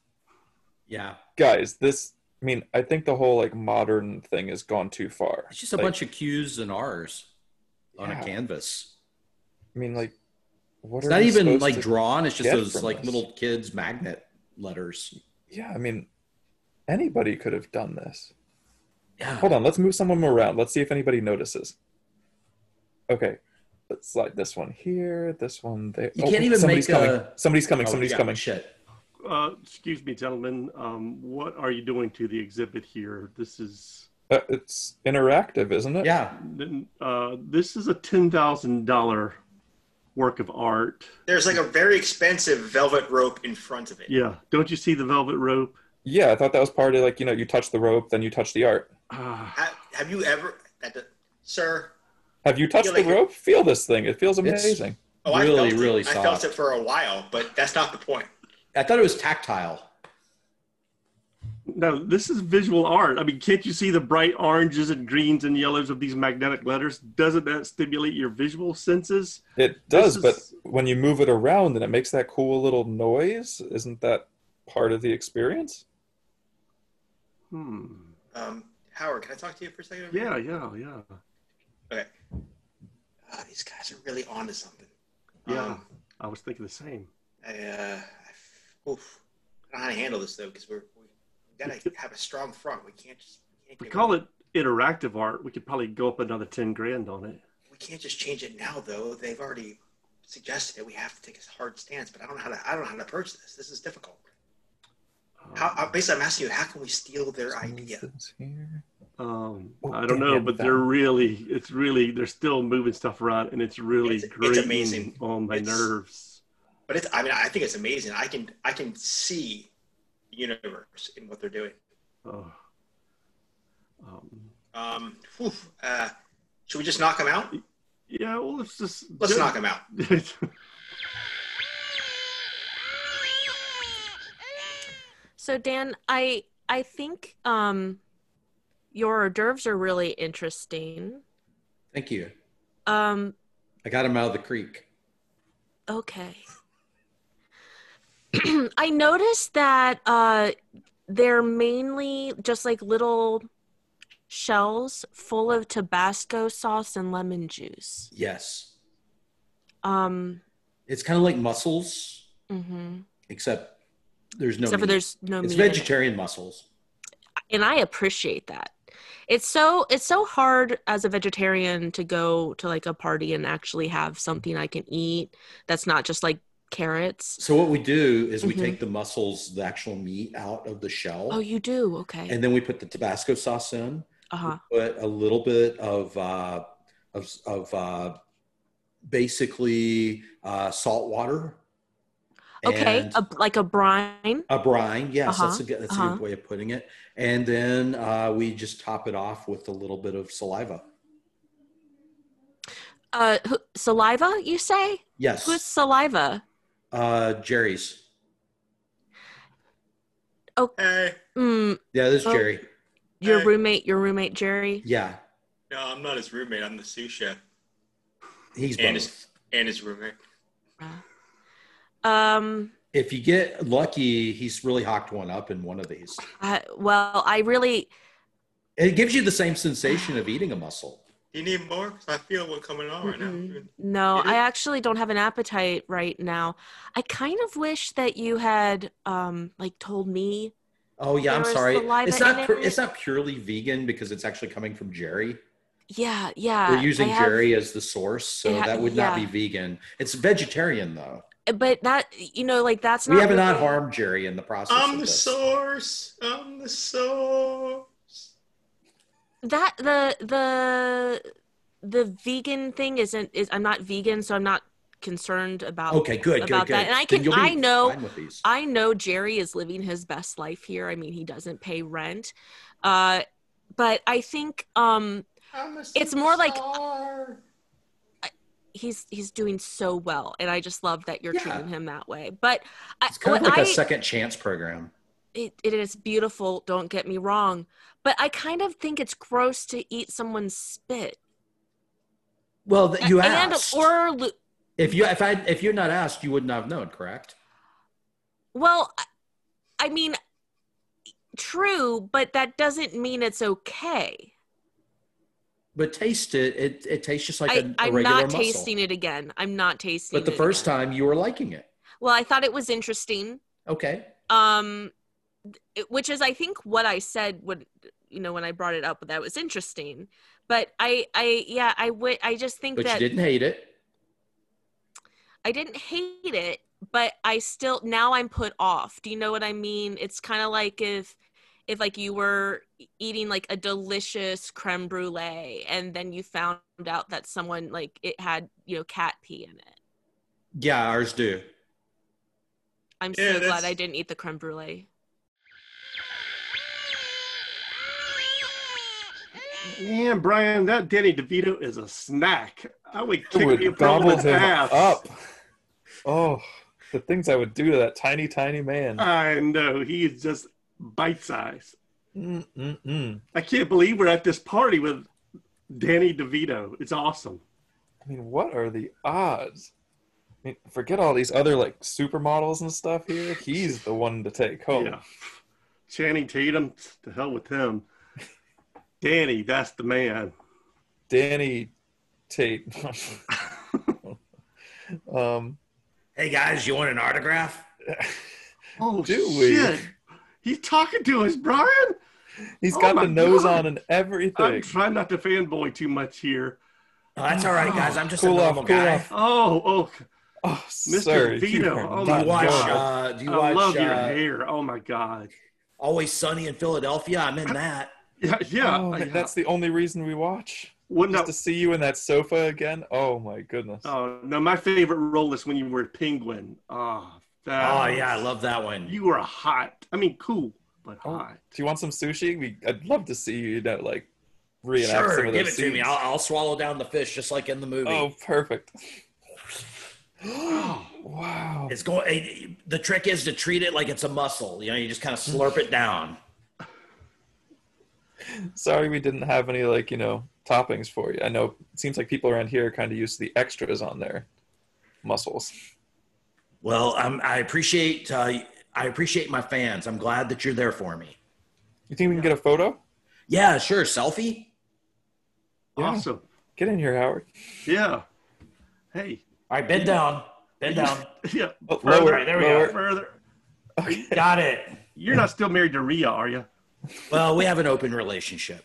[SPEAKER 7] Yeah.
[SPEAKER 5] Guys, this I mean, I think the whole like modern thing has gone too far.
[SPEAKER 7] It's just a
[SPEAKER 5] Like,
[SPEAKER 7] bunch of Q's and R's on
[SPEAKER 5] Yeah.
[SPEAKER 7] a canvas.
[SPEAKER 5] I mean, like what
[SPEAKER 7] It's
[SPEAKER 5] are
[SPEAKER 7] not
[SPEAKER 5] we
[SPEAKER 7] even
[SPEAKER 5] supposed
[SPEAKER 7] like
[SPEAKER 5] to-
[SPEAKER 7] drawn. It's just
[SPEAKER 5] get
[SPEAKER 7] those
[SPEAKER 5] from
[SPEAKER 7] like
[SPEAKER 5] this?
[SPEAKER 7] little kids magnet letters.
[SPEAKER 5] Yeah, I mean anybody could have done this.
[SPEAKER 7] Yeah.
[SPEAKER 5] Hold on, let's move some of them around. Let's see if anybody notices. Okay. Let's slide this one here, this one there. Oh,
[SPEAKER 7] You can't even
[SPEAKER 5] somebody's
[SPEAKER 7] make
[SPEAKER 5] coming.
[SPEAKER 7] a-
[SPEAKER 5] Somebody's coming.
[SPEAKER 7] Oh,
[SPEAKER 5] somebody's
[SPEAKER 7] yeah,
[SPEAKER 5] coming.
[SPEAKER 7] Shit.
[SPEAKER 4] Uh, excuse me, gentlemen. Um, what are you doing to the exhibit here? This is
[SPEAKER 5] Uh, it's interactive, isn't it?
[SPEAKER 7] Yeah.
[SPEAKER 4] uh, this is a ten thousand dollar work of art.
[SPEAKER 6] There's like a very expensive velvet rope in front of it.
[SPEAKER 4] Yeah. Don't you see the velvet rope?
[SPEAKER 5] Yeah, I thought that was part of like, you know, you touch the rope, then you touch the art.
[SPEAKER 4] Ah,
[SPEAKER 6] Ha- Have, you ever, that, that- sir?
[SPEAKER 5] Have you touched
[SPEAKER 6] Yeah, like-
[SPEAKER 5] the rope? Feel this thing. It feels amazing.
[SPEAKER 6] Oh, I
[SPEAKER 7] Really,
[SPEAKER 6] felt it.
[SPEAKER 7] really
[SPEAKER 6] I felt
[SPEAKER 7] soft.
[SPEAKER 6] it for a while, but that's not the point.
[SPEAKER 7] I thought it was tactile.
[SPEAKER 4] no, this is visual art. I mean, can't you see the bright oranges and greens and yellows of these magnetic letters? Doesn't that stimulate your visual senses?
[SPEAKER 5] It does,
[SPEAKER 4] is-
[SPEAKER 5] but when you move it around and it makes that cool little noise, isn't that part of the experience?
[SPEAKER 4] Hmm.
[SPEAKER 6] Um, Howard, can I talk to you for a second? over
[SPEAKER 4] Yeah,
[SPEAKER 6] here?
[SPEAKER 4] yeah, yeah.
[SPEAKER 6] Okay. Uh, these guys are really onto something.
[SPEAKER 4] Yeah.
[SPEAKER 6] Um,
[SPEAKER 4] I was thinking the same.
[SPEAKER 6] I, uh, I- oof. I don't know how to handle this though, because we're we, we gotta have a strong front. We can't just we can't,
[SPEAKER 4] If we
[SPEAKER 6] give
[SPEAKER 4] call
[SPEAKER 6] up.
[SPEAKER 4] it interactive art, we could probably go up another ten grand on it.
[SPEAKER 6] We can't just change it now though. They've already suggested it. We have to take a hard stance. But I don't know how to. I don't know how to approach this. This is difficult. How, I- basically, I'm asking you, how can we steal their idea?
[SPEAKER 5] This here.
[SPEAKER 4] Um,
[SPEAKER 5] Oh,
[SPEAKER 4] I don't know,
[SPEAKER 5] damn,
[SPEAKER 4] but
[SPEAKER 5] that-
[SPEAKER 4] they're really, it's really, they're still moving stuff around and it's really
[SPEAKER 6] It's- it's
[SPEAKER 4] grating
[SPEAKER 6] amazing.
[SPEAKER 4] on my
[SPEAKER 6] It's-
[SPEAKER 4] nerves.
[SPEAKER 6] But it's. I mean, I think it's amazing. I can. I can see the universe in what they're doing.
[SPEAKER 4] Oh. Um,
[SPEAKER 6] Um, whew, uh, should we just knock them out?
[SPEAKER 4] yeah, well, let's just.
[SPEAKER 6] Let's
[SPEAKER 4] ju-
[SPEAKER 6] knock them out.
[SPEAKER 4] [LAUGHS]
[SPEAKER 2] So Dan, I I think um your hors d'oeuvres are really interesting.
[SPEAKER 7] Thank you.
[SPEAKER 2] Um
[SPEAKER 7] I got him out of the creek.
[SPEAKER 2] okay. [CLEARS THROAT] I noticed that uh they're mainly just like little shells full of Tabasco sauce and lemon juice.
[SPEAKER 7] Yes.
[SPEAKER 2] Um
[SPEAKER 7] It's kind of like mussels,
[SPEAKER 2] mhm.
[SPEAKER 7] except there's no.
[SPEAKER 2] except for
[SPEAKER 7] meat.
[SPEAKER 2] there's no
[SPEAKER 7] it's
[SPEAKER 2] meat. in it.
[SPEAKER 7] vegetarian mussels.
[SPEAKER 2] and I appreciate that. It's so it's so hard as a vegetarian to go to like a party and actually have something I can eat that's not just like carrots.
[SPEAKER 7] So what we do is we
[SPEAKER 2] Mhm.
[SPEAKER 7] take the mussels, the actual meat, out of the shell,
[SPEAKER 2] Oh, you do okay.
[SPEAKER 7] and then we put the Tabasco sauce in.
[SPEAKER 2] uh
[SPEAKER 7] We
[SPEAKER 2] huh.
[SPEAKER 7] Put a little bit of uh, of of uh, basically uh, salt water.
[SPEAKER 2] Okay,
[SPEAKER 7] and
[SPEAKER 2] a, like a brine.
[SPEAKER 7] a brine. Yes, that's
[SPEAKER 2] Uh-huh,
[SPEAKER 7] a good that's a
[SPEAKER 2] uh-huh.
[SPEAKER 7] good way of putting it. And then uh, we just top it off with a little bit of saliva.
[SPEAKER 2] Uh, who- saliva. You say
[SPEAKER 7] Yes,
[SPEAKER 2] who's saliva?
[SPEAKER 7] uh, Jerry's.
[SPEAKER 6] Hey,
[SPEAKER 2] Mm,
[SPEAKER 7] Yeah, this is
[SPEAKER 2] Oh.
[SPEAKER 7] Jerry.
[SPEAKER 2] your
[SPEAKER 6] Hey.
[SPEAKER 2] roommate. Your roommate Jerry.
[SPEAKER 7] Yeah,
[SPEAKER 6] no, I'm not his roommate. I'm the sous chef
[SPEAKER 7] he's
[SPEAKER 6] And
[SPEAKER 7] both.
[SPEAKER 6] his- and his roommate.
[SPEAKER 2] Um.
[SPEAKER 7] If you get lucky, he's really hocked one up in one of these.
[SPEAKER 2] I, well, I really.
[SPEAKER 7] It gives you the same sensation of eating a mussel.
[SPEAKER 6] Do you need more? 'Cause I feel one coming on right now.
[SPEAKER 2] Mm-mm. No,
[SPEAKER 6] You do?
[SPEAKER 2] I actually don't have an appetite right now. I kind of wish that you had um like told me.
[SPEAKER 7] Oh yeah, I'm
[SPEAKER 2] There was
[SPEAKER 7] sorry.
[SPEAKER 2] saliva
[SPEAKER 7] It's
[SPEAKER 2] in
[SPEAKER 7] not. pur-
[SPEAKER 2] it.
[SPEAKER 7] It's not purely vegan because it's actually coming from Jerry.
[SPEAKER 2] Yeah, yeah.
[SPEAKER 7] We're using
[SPEAKER 2] I have-
[SPEAKER 7] Jerry as the source, so
[SPEAKER 2] It ha-
[SPEAKER 7] that would
[SPEAKER 2] yeah.
[SPEAKER 7] not be vegan. It's vegetarian though.
[SPEAKER 2] but that you know, like that's not
[SPEAKER 7] We have not
[SPEAKER 2] really-
[SPEAKER 7] harmed Jerry in the process.
[SPEAKER 6] I'm
[SPEAKER 7] of
[SPEAKER 6] the
[SPEAKER 7] this.
[SPEAKER 6] source. I'm the source.
[SPEAKER 2] that the the the vegan thing isn't is I'm not vegan, so I'm not concerned about
[SPEAKER 7] Okay, good, good,
[SPEAKER 2] about
[SPEAKER 7] good.
[SPEAKER 2] that. And I
[SPEAKER 3] Then
[SPEAKER 2] can
[SPEAKER 3] you'll be
[SPEAKER 2] I know
[SPEAKER 3] fine with these.
[SPEAKER 2] I know Jerry is living his best life here. I mean, he doesn't pay rent. Uh, but I think um, it's more like he's he's doing so well, and I just love that you're
[SPEAKER 3] Yeah.
[SPEAKER 2] treating him that way. But I,
[SPEAKER 3] It's kind of
[SPEAKER 2] what
[SPEAKER 3] like a
[SPEAKER 2] I-
[SPEAKER 3] second chance program.
[SPEAKER 2] it, it is beautiful. Don't get me wrong, but I kind of think it's gross to eat someone's spit.
[SPEAKER 7] Well, th- you
[SPEAKER 2] and
[SPEAKER 7] asked.
[SPEAKER 2] or lo-
[SPEAKER 7] if you if I if you're not asked, you wouldn't have known, correct?
[SPEAKER 2] well, I- I mean, true, but that doesn't mean it's okay.
[SPEAKER 7] But taste it. It, it tastes just like a
[SPEAKER 2] I,
[SPEAKER 7] a
[SPEAKER 2] I'm
[SPEAKER 7] regular
[SPEAKER 2] not
[SPEAKER 7] muscle.
[SPEAKER 2] tasting it again. I'm not tasting.
[SPEAKER 7] But the
[SPEAKER 2] it
[SPEAKER 7] first
[SPEAKER 2] again.
[SPEAKER 7] time you were liking it.
[SPEAKER 2] well, I thought it was interesting.
[SPEAKER 7] Okay.
[SPEAKER 2] Um, it- which is, I think, what I said when you know when I brought it up that was interesting. But I, I, yeah, I would. I just think
[SPEAKER 7] But
[SPEAKER 2] that
[SPEAKER 7] you didn't hate it.
[SPEAKER 2] I didn't hate it, but I still now I'm put off. Do you know what I mean? It's kind of like if if like you were e-, eating like a delicious creme brulee and then you found out that someone like it had, you know, cat pee in it.
[SPEAKER 7] Yeah, ours do.
[SPEAKER 2] I'm
[SPEAKER 6] Yeah,
[SPEAKER 2] so glad
[SPEAKER 6] that's-
[SPEAKER 2] I didn't eat the creme brulee.
[SPEAKER 4] Man, Brian, that Danny DeVito is a snack. I would
[SPEAKER 5] I
[SPEAKER 4] kick
[SPEAKER 5] would
[SPEAKER 4] him
[SPEAKER 5] gobble
[SPEAKER 4] in the
[SPEAKER 5] him
[SPEAKER 4] ass.
[SPEAKER 5] up. Oh, the things I would do to that tiny, tiny man.
[SPEAKER 4] I know he is just bite size.
[SPEAKER 5] Mm, mm, mm.
[SPEAKER 4] I can't believe we're at this party with Danny DeVito. It's awesome.
[SPEAKER 5] I mean, what are the odds? I mean, forget all these other like supermodels and stuff here. He's the one to take home.
[SPEAKER 4] Yeah. Channing Tatum, to hell with him. Danny, that's the man.
[SPEAKER 5] Danny
[SPEAKER 4] [LAUGHS]
[SPEAKER 5] Tate. um,
[SPEAKER 7] Hey guys, you want an autograph?
[SPEAKER 4] Oh
[SPEAKER 5] Do we?
[SPEAKER 4] shit! He's talking to us, Brian.
[SPEAKER 5] he's
[SPEAKER 4] Oh
[SPEAKER 5] got
[SPEAKER 4] my
[SPEAKER 5] the nose
[SPEAKER 4] God.
[SPEAKER 5] on and
[SPEAKER 4] I'm
[SPEAKER 5] everything.
[SPEAKER 4] trying not to fanboy too much here.
[SPEAKER 7] Oh, that's all right, guys. I'm just
[SPEAKER 5] Cool
[SPEAKER 7] a
[SPEAKER 5] off,
[SPEAKER 7] normal
[SPEAKER 5] cool
[SPEAKER 7] guy.
[SPEAKER 5] off.
[SPEAKER 4] Oh, oh!
[SPEAKER 5] Oh,
[SPEAKER 4] Mr.
[SPEAKER 5] sir, you
[SPEAKER 4] Vito,
[SPEAKER 5] are
[SPEAKER 4] oh
[SPEAKER 7] Do
[SPEAKER 4] my
[SPEAKER 5] not
[SPEAKER 7] you watch?
[SPEAKER 4] God.
[SPEAKER 7] Uh, do you
[SPEAKER 4] I
[SPEAKER 7] watch
[SPEAKER 4] love your
[SPEAKER 7] uh,
[SPEAKER 4] hair. Oh my god.
[SPEAKER 7] Always Sunny in Philadelphia? I'm in
[SPEAKER 4] Uh,
[SPEAKER 7] that.
[SPEAKER 4] Yeah, yeah.
[SPEAKER 5] Oh,
[SPEAKER 4] yeah.
[SPEAKER 5] man, that's the only reason we watch.
[SPEAKER 4] Well, no,
[SPEAKER 5] Just to see you in that sofa again. Oh my goodness.
[SPEAKER 4] oh, no, my favorite role is when you were a penguin. Oh, that
[SPEAKER 7] Oh
[SPEAKER 4] was-
[SPEAKER 7] yeah, Oh. I love that one.
[SPEAKER 4] You were hot. I mean, cool, but hot.
[SPEAKER 5] Do you want some sushi? We, I'd love to see you, you know, like reenact
[SPEAKER 7] sure,
[SPEAKER 5] some of
[SPEAKER 7] give
[SPEAKER 5] those
[SPEAKER 7] it to me.
[SPEAKER 5] scenes.
[SPEAKER 7] I'll, I'll swallow down the fish just like in the movie.
[SPEAKER 5] oh,
[SPEAKER 7] [GASPS]
[SPEAKER 5] perfect. wow.
[SPEAKER 7] It's going. eh, The trick is to treat it like it's a muscle. You know, you just kind of slurp it down.
[SPEAKER 5] Sorry we didn't have any like, you know, toppings for you. I know it seems like people around here are kind of used to the extras on their muscles.
[SPEAKER 7] Well, um, I appreciate. Uh, I appreciate my fans. I'm glad that you're there for me.
[SPEAKER 5] You think we can get a photo?
[SPEAKER 7] Yeah, sure. Selfie.
[SPEAKER 4] Awesome.
[SPEAKER 5] Get in here, Howard.
[SPEAKER 4] Yeah. Hey. [LAUGHS]
[SPEAKER 7] All right, bend down. Bend down.
[SPEAKER 4] Yeah.
[SPEAKER 5] Oh,
[SPEAKER 7] Further,
[SPEAKER 5] lower,
[SPEAKER 7] there we go.
[SPEAKER 5] lower.
[SPEAKER 4] Further.
[SPEAKER 5] Okay.
[SPEAKER 7] Got it.
[SPEAKER 4] You're not still married to Rhea, are you?
[SPEAKER 7] Well, we have an open relationship.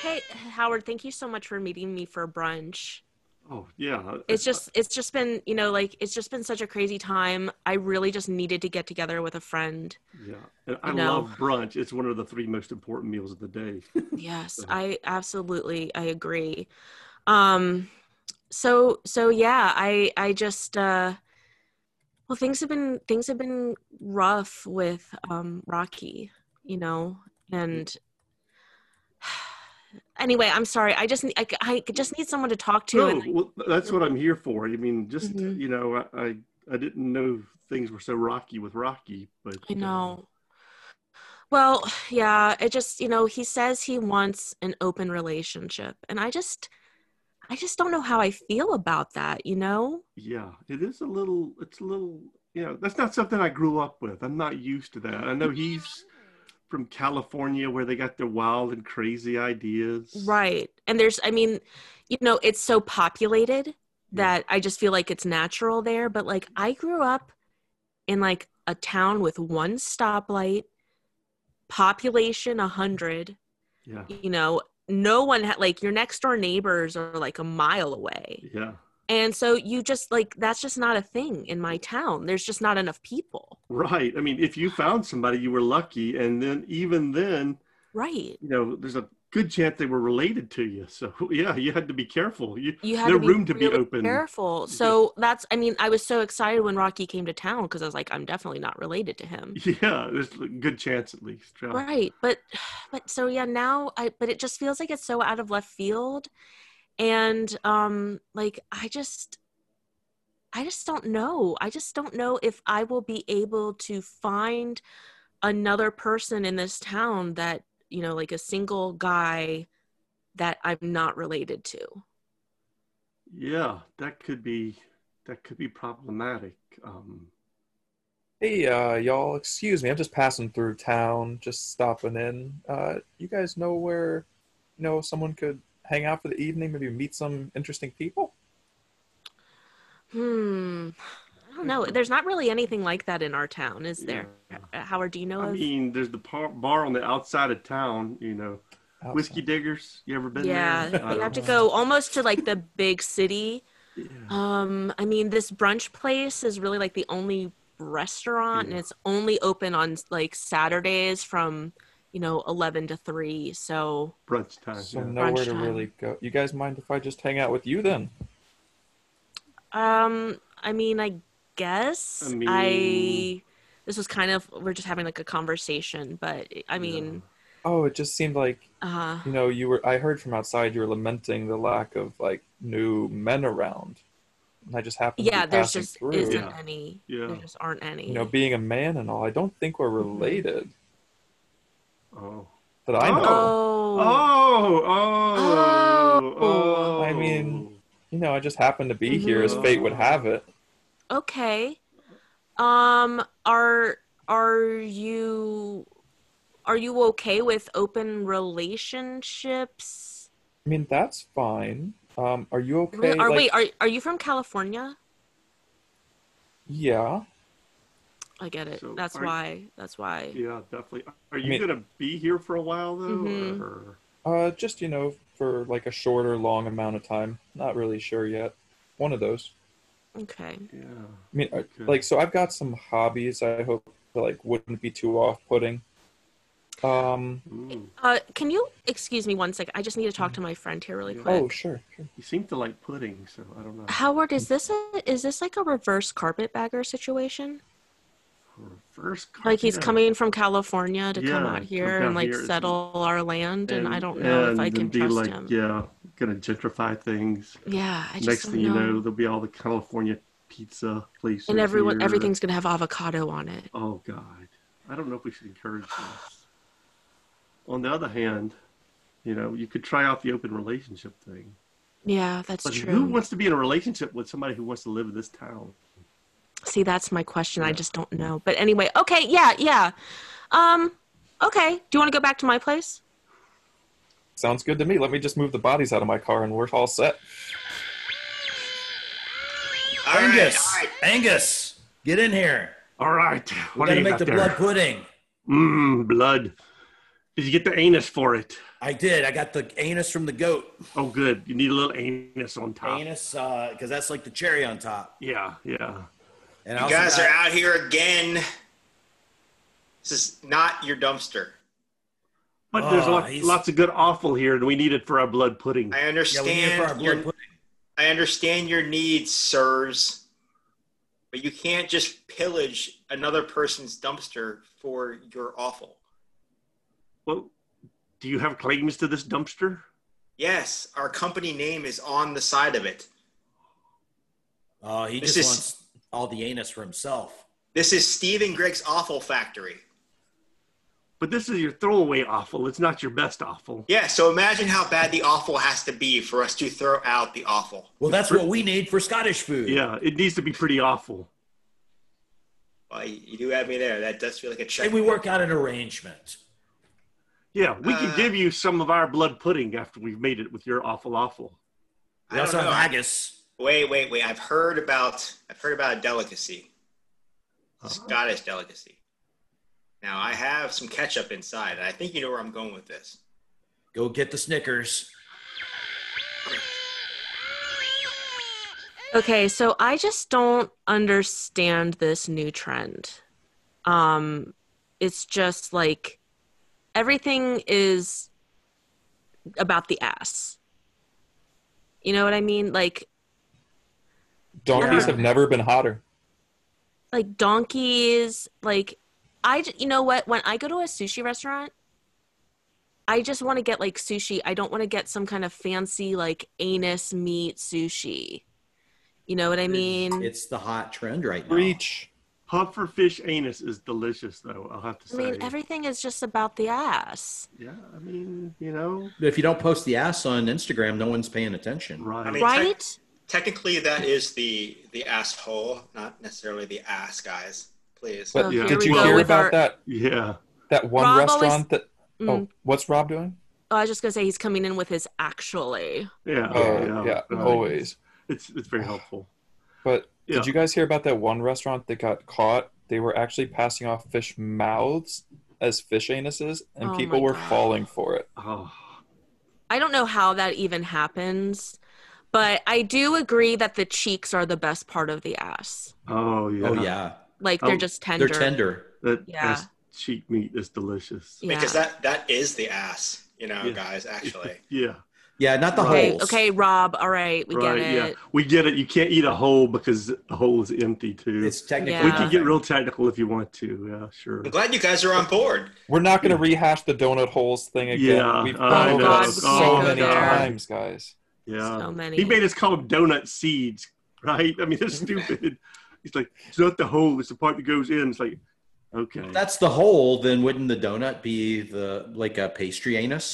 [SPEAKER 2] Hey Howard, thank you so much for meeting me for brunch.
[SPEAKER 4] Oh yeah.
[SPEAKER 2] It's just it's just been, you know, like it's just been such a crazy time. I really just needed to get together with a friend.
[SPEAKER 4] Yeah. And I
[SPEAKER 2] No.
[SPEAKER 4] love brunch. It's one of the three most important meals of the day.
[SPEAKER 2] Yes,
[SPEAKER 4] Mhm.
[SPEAKER 2] I absolutely I agree. Um so so yeah, I I just uh well things have been things have been rough with um Rocky, you know, and [SIGHS] anyway, I'm sorry. I just ne- I, I just need someone to talk to
[SPEAKER 4] No,
[SPEAKER 2] and
[SPEAKER 4] Oh, well, that's what I'm here for. I mean, just
[SPEAKER 2] Mhm.
[SPEAKER 4] you know, I, I I didn't know things were so rocky with Rocky, but
[SPEAKER 2] I
[SPEAKER 4] uh,
[SPEAKER 2] know. Well, [SIGHS] yeah, it just, you know, he says he wants an open relationship. And I just, I just don't know how I feel about that, you know?
[SPEAKER 4] yeah, it is a little. It's a little. You know, that's not something I grew up with. I'm not used to that. I know he's from California, where they got their wild and crazy ideas.
[SPEAKER 2] Right. And there's, I mean, you know, it's so populated that I just feel like it's natural there. But like, I grew up in like a town with one stoplight, population 100,
[SPEAKER 4] Yeah.
[SPEAKER 2] you know, no one had like your next door neighbors are like a mile away.
[SPEAKER 4] Yeah.
[SPEAKER 2] And so you just like that's just not a thing in my town. There's just not enough people.
[SPEAKER 4] Right. I mean, if you found somebody, you were lucky, and then even then,
[SPEAKER 2] Right.
[SPEAKER 4] you know, there's a good chance they were related to you. So [LAUGHS] yeah, you had to be careful. You,
[SPEAKER 2] You had
[SPEAKER 4] no
[SPEAKER 2] to be
[SPEAKER 4] room to be
[SPEAKER 2] really
[SPEAKER 4] open.
[SPEAKER 2] Careful.
[SPEAKER 4] Yeah.
[SPEAKER 2] So that's. I mean, I was so excited when Rocky came to town because I was like, I'm definitely not related to him.
[SPEAKER 4] [LAUGHS] Yeah, there's a good chance at least. Yeah.
[SPEAKER 2] Right. But [SIGHS] but so yeah, now I but it just feels like it's so out of left field. And um like I just I just don't know. I just don't know if I will be able to find another person in this town that, you know, like a single guy that I'm not related to.
[SPEAKER 4] Yeah, that could be that could be problematic. Um,
[SPEAKER 5] Hey, uh, y'all, excuse me. I'm just passing through town, just stopping in. Uh, you guys know where, you know, someone could hang out for the evening, maybe meet some interesting people?
[SPEAKER 2] Hmm. I don't know. There's not really anything like that in our town, is there?
[SPEAKER 4] Mm-hmm.
[SPEAKER 2] Uh,
[SPEAKER 4] yeah.
[SPEAKER 2] Howard, do you know
[SPEAKER 4] I
[SPEAKER 2] of?
[SPEAKER 4] mean, there's the par- bar on the outside of town. You know,
[SPEAKER 5] Outside.
[SPEAKER 4] Whiskey Diggers. You ever been
[SPEAKER 2] yeah,
[SPEAKER 4] there? I
[SPEAKER 2] you have
[SPEAKER 4] don't-
[SPEAKER 2] to go almost to like the big city.
[SPEAKER 4] Yeah.
[SPEAKER 2] Um, I mean, this brunch place is really like the only restaurant, and
[SPEAKER 4] Yeah.
[SPEAKER 2] it's only open on like Saturdays from you know eleven to three. So
[SPEAKER 4] Brunch time.
[SPEAKER 5] So
[SPEAKER 4] yeah.
[SPEAKER 5] nowhere to
[SPEAKER 2] Lunchtime.
[SPEAKER 5] really go. You guys mind if I just hang out with you then?
[SPEAKER 2] Um, I mean, I guess I,
[SPEAKER 4] I mean-
[SPEAKER 2] this was kind of we're just having like a conversation, but I mean,
[SPEAKER 5] Oh, it just seemed like
[SPEAKER 2] uh,
[SPEAKER 5] you know you were. I heard from outside you were lamenting the lack of like new men around, and I just happened
[SPEAKER 2] yeah,
[SPEAKER 5] to be
[SPEAKER 2] there's
[SPEAKER 5] passing
[SPEAKER 2] just
[SPEAKER 5] through.
[SPEAKER 2] isn't
[SPEAKER 4] Yeah.
[SPEAKER 2] any.
[SPEAKER 4] Yeah.
[SPEAKER 2] There just aren't any.
[SPEAKER 5] You know, being a man and all, I don't think
[SPEAKER 4] Mm-hmm.
[SPEAKER 5] we're related
[SPEAKER 4] Oh.
[SPEAKER 5] that I know.
[SPEAKER 2] oh.
[SPEAKER 4] Oh. Oh.
[SPEAKER 2] Oh.
[SPEAKER 4] Oh.
[SPEAKER 5] I mean- You know, I just happened to be here
[SPEAKER 4] Mm-hmm.
[SPEAKER 5] as fate would have it.
[SPEAKER 2] Okay. Um are are you are you okay with open relationships?
[SPEAKER 5] I mean, that's fine. Um, are you
[SPEAKER 2] Re-
[SPEAKER 5] okay?
[SPEAKER 2] are
[SPEAKER 5] like,
[SPEAKER 2] wait, are are you from California?
[SPEAKER 5] yeah.
[SPEAKER 2] I get it.
[SPEAKER 4] So
[SPEAKER 2] that's
[SPEAKER 4] are-
[SPEAKER 2] why. That's why.
[SPEAKER 4] Yeah, definitely. Are you
[SPEAKER 5] mean-
[SPEAKER 4] gonna be here for a while though?
[SPEAKER 2] Mhm.
[SPEAKER 4] Or?
[SPEAKER 5] Uh, just you know, for like a short or long amount of time. Not really sure yet. One of those.
[SPEAKER 2] Okay.
[SPEAKER 4] Yeah.
[SPEAKER 5] I mean,
[SPEAKER 2] Hmm.
[SPEAKER 5] uh,
[SPEAKER 4] Okay.
[SPEAKER 5] like, so I've got some hobbies. I hope that, like wouldn't be too off-putting. Um.
[SPEAKER 4] Mm.
[SPEAKER 2] Uh can you excuse me one second? I just need to talk to my friend here really
[SPEAKER 4] Yeah.
[SPEAKER 2] quick.
[SPEAKER 5] Oh, sure. sure.
[SPEAKER 4] You seem to like pudding, so I don't know.
[SPEAKER 2] Howard, is this a is this like a reverse carpetbagger situation?
[SPEAKER 4] Reverse.
[SPEAKER 2] Like he's
[SPEAKER 4] carpet.
[SPEAKER 2] coming from California to come
[SPEAKER 4] Yeah,
[SPEAKER 2] out
[SPEAKER 4] come
[SPEAKER 2] here
[SPEAKER 4] down
[SPEAKER 2] and like
[SPEAKER 4] here, it's-
[SPEAKER 2] settle our land, and, I don't know if I
[SPEAKER 4] and
[SPEAKER 2] can
[SPEAKER 4] be
[SPEAKER 2] trust
[SPEAKER 4] like,
[SPEAKER 2] him. Yeah,
[SPEAKER 4] Yeah, gonna gentrify things.
[SPEAKER 2] I just
[SPEAKER 4] Next
[SPEAKER 2] don't
[SPEAKER 4] thing you
[SPEAKER 2] know.
[SPEAKER 4] know, there'll be all the California pizza places.
[SPEAKER 2] and everyone
[SPEAKER 4] here.
[SPEAKER 2] everything's gonna have avocado on it
[SPEAKER 4] Oh God, I don't know if we should encourage this. On the other hand, you know, you could try out the open relationship thing.
[SPEAKER 2] yeah that's
[SPEAKER 4] Like,
[SPEAKER 2] true
[SPEAKER 4] who wants to be in a relationship with somebody who wants to live in this town?
[SPEAKER 2] see that's my question i
[SPEAKER 4] Yeah.
[SPEAKER 2] just don't know but anyway okay yeah yeah um okay do you want to go back to my place
[SPEAKER 5] Sounds good to me. Let me just move the bodies out of my car, and we're all set.
[SPEAKER 6] All right,
[SPEAKER 7] Angus,
[SPEAKER 6] all right.
[SPEAKER 7] Angus, get in here.
[SPEAKER 4] All right,
[SPEAKER 7] We
[SPEAKER 4] what do
[SPEAKER 7] gotta
[SPEAKER 4] you
[SPEAKER 7] make
[SPEAKER 4] got
[SPEAKER 7] the
[SPEAKER 4] there?
[SPEAKER 7] blood pudding.
[SPEAKER 4] Mmm, blood. Did you get the anus for it?
[SPEAKER 7] I did. I got the anus from the goat.
[SPEAKER 4] Oh, good. You need a little anus on top.
[SPEAKER 7] Anus, because that's like the cherry on top.
[SPEAKER 4] Yeah, yeah.
[SPEAKER 7] And I also
[SPEAKER 6] You guys
[SPEAKER 7] got-
[SPEAKER 6] are out here again. This is not your dumpster.
[SPEAKER 4] But there's
[SPEAKER 7] Oh,
[SPEAKER 4] lots,
[SPEAKER 7] he's-
[SPEAKER 4] lots of good awful here, and we need it for our blood pudding.
[SPEAKER 6] I
[SPEAKER 7] Yeah,
[SPEAKER 6] understand.
[SPEAKER 7] we need it for our
[SPEAKER 6] your-
[SPEAKER 7] blood pudding.
[SPEAKER 6] I understand your needs, sirs, but you can't just pillage another person's dumpster for your awful.
[SPEAKER 4] Well, do you have claims to this dumpster?
[SPEAKER 6] Yes, our company name is on the side of it.
[SPEAKER 7] Oh, he
[SPEAKER 6] This
[SPEAKER 7] just
[SPEAKER 6] is-
[SPEAKER 7] wants all the anus for himself.
[SPEAKER 6] This is Steve and Greg's Awful Factory.
[SPEAKER 4] But this is your throwaway awful. It's not your best awful.
[SPEAKER 6] Yeah, so imagine how bad the awful has to be for us to throw out the awful.
[SPEAKER 7] Well, that's what we need for Scottish food.
[SPEAKER 4] Yeah, it needs to be pretty awful.
[SPEAKER 6] Well, you you do have me there. That does feel like a check.
[SPEAKER 7] And we work out an arrangement.
[SPEAKER 4] Yeah, we can
[SPEAKER 6] Uh,
[SPEAKER 4] give you some of our blood pudding after we've made it with your awful awful.
[SPEAKER 7] We
[SPEAKER 6] I don't
[SPEAKER 7] also have
[SPEAKER 6] know.
[SPEAKER 7] haggis.
[SPEAKER 6] Wait, wait, wait. I've heard about I've heard about a delicacy.
[SPEAKER 3] Uh-huh.
[SPEAKER 6] Scottish delicacy. Now I have some ketchup inside, and I think you know where I'm going with this.
[SPEAKER 7] Go get the Snickers.
[SPEAKER 2] okay so i just don't understand this new trend um it's just like everything is about the ass. You know what I mean? Like
[SPEAKER 5] Donkeys
[SPEAKER 2] Yeah.
[SPEAKER 5] have never been hotter.
[SPEAKER 2] like donkeys like i j- you know what when i go to a sushi restaurant i just want to get like sushi i don't want to get some kind of fancy like anus meat sushi you know what i mean
[SPEAKER 3] It's the hot trend right now.
[SPEAKER 5] Breach.
[SPEAKER 4] Pufferfish anus is delicious, though. I'll have to
[SPEAKER 2] i
[SPEAKER 4] say.
[SPEAKER 2] mean everything is just about the ass
[SPEAKER 4] yeah, I mean, you know,
[SPEAKER 3] If you don't post the ass on Instagram, no one's paying attention.
[SPEAKER 4] right?
[SPEAKER 6] I mean,
[SPEAKER 2] right
[SPEAKER 6] Technically, that is the the asshole, not necessarily the ass guys. Please.
[SPEAKER 5] But
[SPEAKER 2] Oh,
[SPEAKER 4] yeah.
[SPEAKER 2] here
[SPEAKER 5] did
[SPEAKER 2] we
[SPEAKER 5] you
[SPEAKER 2] go
[SPEAKER 5] hear
[SPEAKER 2] with
[SPEAKER 5] about
[SPEAKER 2] our-
[SPEAKER 5] that
[SPEAKER 4] yeah,
[SPEAKER 5] that one
[SPEAKER 2] Rob always-
[SPEAKER 5] restaurant that?
[SPEAKER 2] Mm.
[SPEAKER 5] Oh, what's Rob doing?
[SPEAKER 2] Oh, i was just gonna say he's coming in with his actually
[SPEAKER 4] yeah,
[SPEAKER 5] Oh,
[SPEAKER 4] yeah,
[SPEAKER 5] yeah,
[SPEAKER 4] right.
[SPEAKER 5] always.
[SPEAKER 4] It's it's very helpful.
[SPEAKER 5] But
[SPEAKER 4] Yeah.
[SPEAKER 5] did you guys hear about that one restaurant that got caught? They were actually passing off fish mouths as fish anuses, and
[SPEAKER 2] Oh
[SPEAKER 5] people
[SPEAKER 2] my
[SPEAKER 5] were
[SPEAKER 2] God.
[SPEAKER 5] falling for it.
[SPEAKER 4] Oh,
[SPEAKER 2] i don't know how that even happens but i do agree that the cheeks are the best part of the ass
[SPEAKER 4] oh yeah,
[SPEAKER 3] Oh yeah,
[SPEAKER 2] like they're
[SPEAKER 4] Oh,
[SPEAKER 2] just tender
[SPEAKER 3] they're tender.
[SPEAKER 4] That
[SPEAKER 2] Yeah.
[SPEAKER 4] ass cheek meat is delicious.
[SPEAKER 2] Yeah.
[SPEAKER 6] Because that that is the ass, you know,
[SPEAKER 4] Yeah.
[SPEAKER 3] [LAUGHS]
[SPEAKER 6] guys. Actually,
[SPEAKER 4] [LAUGHS] yeah,
[SPEAKER 3] Yeah, not the
[SPEAKER 2] okay
[SPEAKER 3] holes.
[SPEAKER 2] okay rob all right we
[SPEAKER 4] right.
[SPEAKER 2] get it
[SPEAKER 4] Yeah, we get it. You can't eat a whole because the hole is empty too.
[SPEAKER 3] It's technically.
[SPEAKER 4] we
[SPEAKER 2] Yeah.
[SPEAKER 4] can get real technical if you want to. Yeah, sure.
[SPEAKER 6] I'm glad you guys are on board.
[SPEAKER 5] We're not going to rehash the donut holes thing again.
[SPEAKER 4] Yeah,
[SPEAKER 5] We've
[SPEAKER 4] I
[SPEAKER 5] done
[SPEAKER 2] know.
[SPEAKER 5] that so
[SPEAKER 2] Oh,
[SPEAKER 5] many
[SPEAKER 2] God.
[SPEAKER 5] times, guys.
[SPEAKER 4] Yeah,
[SPEAKER 2] So many.
[SPEAKER 4] He made us call them donut seeds, right? I mean,
[SPEAKER 2] [LAUGHS]
[SPEAKER 4] they're stupid. He's like, it's not the hole; it's the part that goes in. It's like, okay,
[SPEAKER 3] If that's the hole, then wouldn't the donut be the like a pastry anus?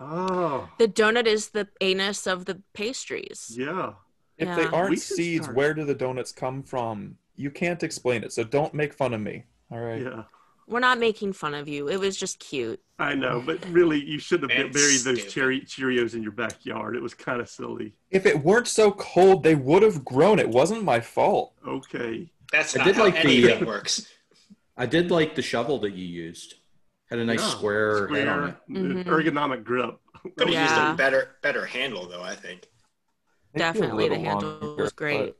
[SPEAKER 4] oh,
[SPEAKER 2] The donut is the anus of the pastries.
[SPEAKER 4] yeah,
[SPEAKER 5] If they
[SPEAKER 2] Yeah.
[SPEAKER 5] aren't
[SPEAKER 4] We should
[SPEAKER 5] seeds,
[SPEAKER 4] start-
[SPEAKER 5] where do the donuts come from? You can't explain it, so don't make fun of me. All right.
[SPEAKER 4] yeah.
[SPEAKER 2] We're not making fun of you. It was just cute.
[SPEAKER 4] I know, but really, you shouldn't have
[SPEAKER 6] That's
[SPEAKER 4] buried those
[SPEAKER 6] stupid.
[SPEAKER 4] cherry Cheerios in your backyard. It was kind of silly.
[SPEAKER 5] If it weren't so cold, they would have grown. It wasn't my fault.
[SPEAKER 4] Okay,
[SPEAKER 6] That's
[SPEAKER 3] I
[SPEAKER 6] not
[SPEAKER 3] did
[SPEAKER 6] how
[SPEAKER 3] like the,
[SPEAKER 6] anything
[SPEAKER 3] uh, [LAUGHS]
[SPEAKER 6] works.
[SPEAKER 3] I did like the shovel that you used. Had a nice
[SPEAKER 4] Yeah.
[SPEAKER 3] square, head on it.
[SPEAKER 4] square
[SPEAKER 2] Mhm.
[SPEAKER 4] ergonomic grip.
[SPEAKER 6] Could have
[SPEAKER 2] Yeah.
[SPEAKER 6] used a better better handle though. I think.
[SPEAKER 5] Maybe a
[SPEAKER 2] Definitely, the
[SPEAKER 5] little
[SPEAKER 2] handle was great.
[SPEAKER 5] but-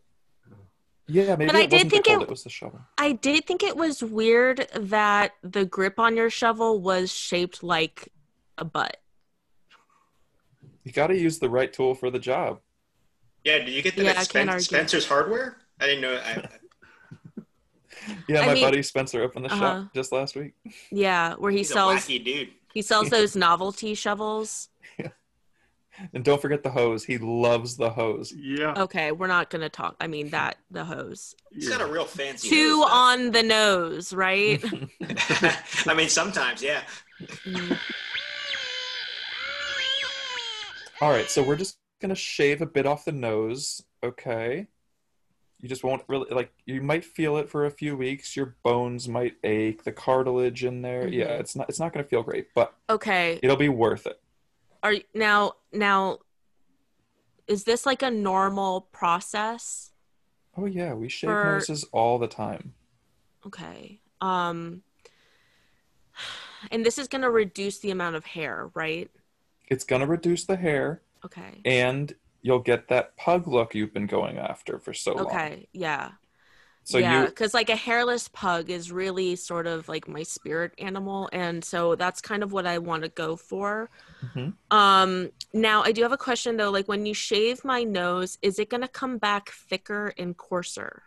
[SPEAKER 5] Yeah, maybe
[SPEAKER 2] But I
[SPEAKER 5] it
[SPEAKER 2] did
[SPEAKER 5] wasn't
[SPEAKER 2] think
[SPEAKER 5] the cold,
[SPEAKER 2] it-
[SPEAKER 5] it was the shovel.
[SPEAKER 2] I did think it was weird that the grip on your shovel was shaped like a butt.
[SPEAKER 5] You got to use the right tool for the job.
[SPEAKER 6] Yeah. Did you get that
[SPEAKER 2] Yeah,
[SPEAKER 6] at
[SPEAKER 2] I
[SPEAKER 6] Spen-
[SPEAKER 2] can't argue.
[SPEAKER 6] Spencer's Hardware? I didn't know. I, I-
[SPEAKER 5] Yeah,
[SPEAKER 2] I
[SPEAKER 5] my
[SPEAKER 2] mean-
[SPEAKER 5] buddy Spencer opened the
[SPEAKER 2] Uh-huh.
[SPEAKER 5] shop just last week.
[SPEAKER 2] Yeah, where he
[SPEAKER 6] he's a
[SPEAKER 2] sells
[SPEAKER 6] wacky dude.
[SPEAKER 2] he sells those novelty shovels.
[SPEAKER 5] And don't forget the hose. He loves the hose.
[SPEAKER 4] Yeah,
[SPEAKER 2] Okay, we're not gonna talk. I mean that the hose.
[SPEAKER 6] He's
[SPEAKER 4] [LAUGHS] yeah.
[SPEAKER 6] got a real fancy.
[SPEAKER 2] Two
[SPEAKER 6] nose,
[SPEAKER 2] on the nose,
[SPEAKER 4] [LAUGHS]
[SPEAKER 2] right?
[SPEAKER 6] though. [LAUGHS] I mean, sometimes, yeah.
[SPEAKER 2] Mm.
[SPEAKER 5] All right, so we're just gonna shave a bit off the nose, okay? You just won't really like. You might feel it for a few weeks. Your bones might ache. The cartilage in there,
[SPEAKER 2] Mhm.
[SPEAKER 5] yeah, it's not. It's not gonna feel great, but
[SPEAKER 2] okay.
[SPEAKER 5] it'll be worth it.
[SPEAKER 2] Are you- now now is this like a normal process?
[SPEAKER 5] Oh yeah, we shave
[SPEAKER 2] For-
[SPEAKER 5] noses all the time.
[SPEAKER 2] Okay. Um and this is going to reduce the amount of hair, right?
[SPEAKER 5] It's gonna reduce the hair,
[SPEAKER 2] Okay.
[SPEAKER 5] and you'll get that pug look you've been going after for so long.
[SPEAKER 2] Okay. Yeah.
[SPEAKER 5] So
[SPEAKER 2] yeah,
[SPEAKER 5] you,
[SPEAKER 2] cuz like a hairless pug is really sort of like my spirit animal and so that's kind of what I want to go for.
[SPEAKER 5] Mhm.
[SPEAKER 2] Um now I do have a question though like when you shave my nose is it going to come back thicker and coarser?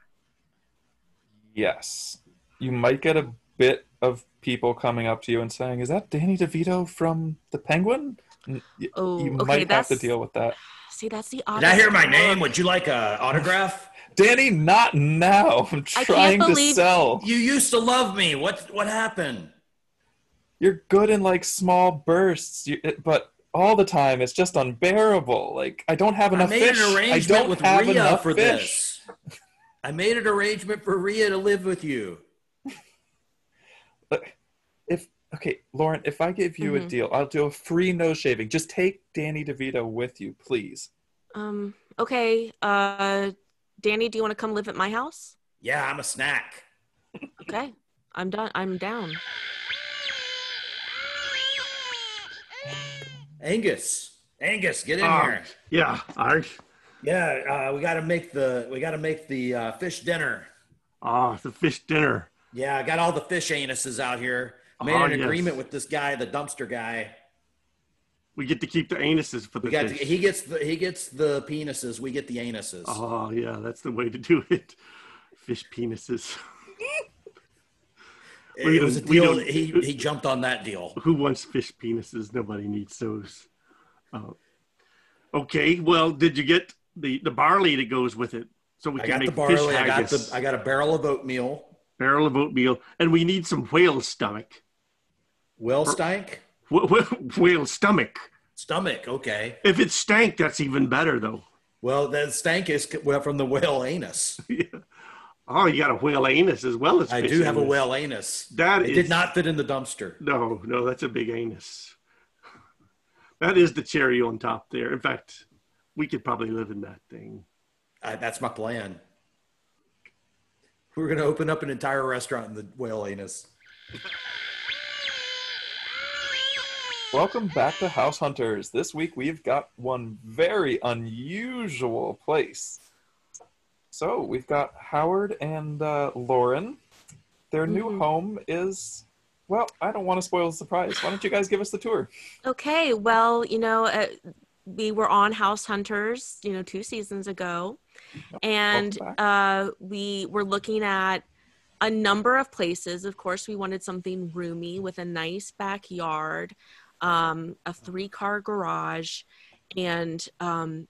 [SPEAKER 5] yes, you might get a bit of people coming up to you and saying, "Is that Danny DeVito from The Penguin?" N- y-
[SPEAKER 2] Oh,
[SPEAKER 5] you
[SPEAKER 2] okay,
[SPEAKER 5] might have
[SPEAKER 2] that's
[SPEAKER 5] to deal with that.
[SPEAKER 2] See, that's the
[SPEAKER 7] Did I hear
[SPEAKER 2] opposite
[SPEAKER 7] my name?
[SPEAKER 2] look.
[SPEAKER 7] Would you like a autograph?
[SPEAKER 5] Danny, not now. [LAUGHS] I'm
[SPEAKER 2] I can't
[SPEAKER 5] trying to
[SPEAKER 2] believe-
[SPEAKER 5] sell.
[SPEAKER 7] You used to love me. What what happened?
[SPEAKER 5] You're good in like small bursts, you, it, but all the time it's just unbearable. Like I don't have
[SPEAKER 7] I
[SPEAKER 5] enough
[SPEAKER 7] made
[SPEAKER 5] fish.
[SPEAKER 7] an
[SPEAKER 5] I
[SPEAKER 7] arrangement
[SPEAKER 5] don't
[SPEAKER 7] with
[SPEAKER 5] have
[SPEAKER 7] Rhea
[SPEAKER 5] enough
[SPEAKER 7] for
[SPEAKER 5] fish.
[SPEAKER 7] this. I made an arrangement for Rhea to live with you.
[SPEAKER 5] Look, If okay, Lauren, if I give you a
[SPEAKER 2] Mhm.
[SPEAKER 5] deal, I'll do a free nose shaving. Just take Danny DeVito with you, please.
[SPEAKER 2] Um okay. Uh Danny, do you want to come live at my house?
[SPEAKER 7] Yeah, I'm a snack.
[SPEAKER 2] Okay. I'm done. I'm down.
[SPEAKER 7] Angus, Angus, get in
[SPEAKER 4] Ah,
[SPEAKER 7] here.
[SPEAKER 4] yeah. I,
[SPEAKER 7] Yeah, uh, we got to make the we got to make the uh, fish dinner.
[SPEAKER 4] ah, the fish dinner.
[SPEAKER 7] Yeah, I got all the fish anuses out here. Made
[SPEAKER 4] Oh,
[SPEAKER 7] an
[SPEAKER 4] yes.
[SPEAKER 7] agreement with this guy, the dumpster guy.
[SPEAKER 4] We get to keep the anuses for the
[SPEAKER 7] We got
[SPEAKER 4] fish.
[SPEAKER 7] he gets the he gets the penises. We get the anuses.
[SPEAKER 4] Oh yeah, that's the way to do it. Fish penises. [LAUGHS]
[SPEAKER 7] It
[SPEAKER 4] we
[SPEAKER 7] was a
[SPEAKER 4] don't- we
[SPEAKER 7] deal.
[SPEAKER 4] don't-
[SPEAKER 7] He he jumped on that deal.
[SPEAKER 4] Who wants fish penises? Nobody needs those. Uh, okay, well, did you get the the barley that goes with it? So we
[SPEAKER 7] I
[SPEAKER 4] can
[SPEAKER 7] got
[SPEAKER 4] make
[SPEAKER 7] the barley.
[SPEAKER 4] fish
[SPEAKER 7] I got the
[SPEAKER 4] haggis,
[SPEAKER 7] I got a barrel of oatmeal.
[SPEAKER 4] barrel of oatmeal, and we need some whale stomach.
[SPEAKER 7] Well, stank
[SPEAKER 4] Wh- wh- Whale stomach.
[SPEAKER 7] stomach. Okay.
[SPEAKER 4] If it's stank, that's even better though.
[SPEAKER 7] Well, that stank is c- well from the whale anus.
[SPEAKER 4] Oh, you got a whale anus as well as
[SPEAKER 7] I
[SPEAKER 4] fish
[SPEAKER 7] do have a
[SPEAKER 4] anus.
[SPEAKER 7] whale anus.
[SPEAKER 4] That
[SPEAKER 7] it
[SPEAKER 4] is-
[SPEAKER 7] did not fit in the dumpster.
[SPEAKER 4] No, no, that's a big anus. That is the cherry on top there. In fact, we could probably live in that thing.
[SPEAKER 7] I, that's my plan. We're going to open up an entire restaurant in the whale anus.
[SPEAKER 5] Welcome back to House Hunters. This week we've got one very unusual place. So we've got Howard and uh, Lauren. Their new
[SPEAKER 2] Mhm.
[SPEAKER 5] home is, well, I don't want to spoil the surprise. Why don't you guys give us the tour?
[SPEAKER 2] Okay, well, you know, uh, we were on House Hunters, you know, two seasons ago, and
[SPEAKER 5] Welcome
[SPEAKER 2] uh, we were looking at a number of places. Of course, we wanted something roomy with a nice backyard, um, a three car garage, and, um,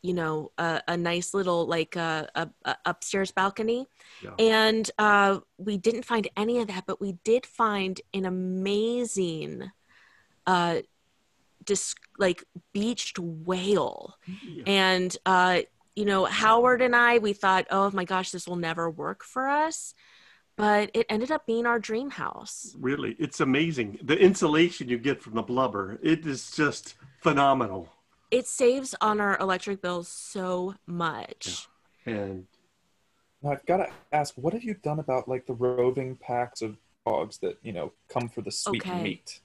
[SPEAKER 2] you know, a, a nice little like uh, a, a upstairs balcony.
[SPEAKER 4] Yeah.
[SPEAKER 2] And uh, we didn't find any of that, but we did find an amazing. Uh, dis- like beached whale
[SPEAKER 4] Yeah.
[SPEAKER 2] and uh you know howard and i we thought oh my gosh this will never work for us but it ended up being our dream house
[SPEAKER 4] Really, it's amazing. The insulation you get from the blubber, it is just phenomenal.
[SPEAKER 2] it saves on our electric bills so much
[SPEAKER 4] And
[SPEAKER 5] Now I've got to ask, what have you done about like the roving packs of dogs that you know come for the sweet
[SPEAKER 2] Okay.
[SPEAKER 5] meat?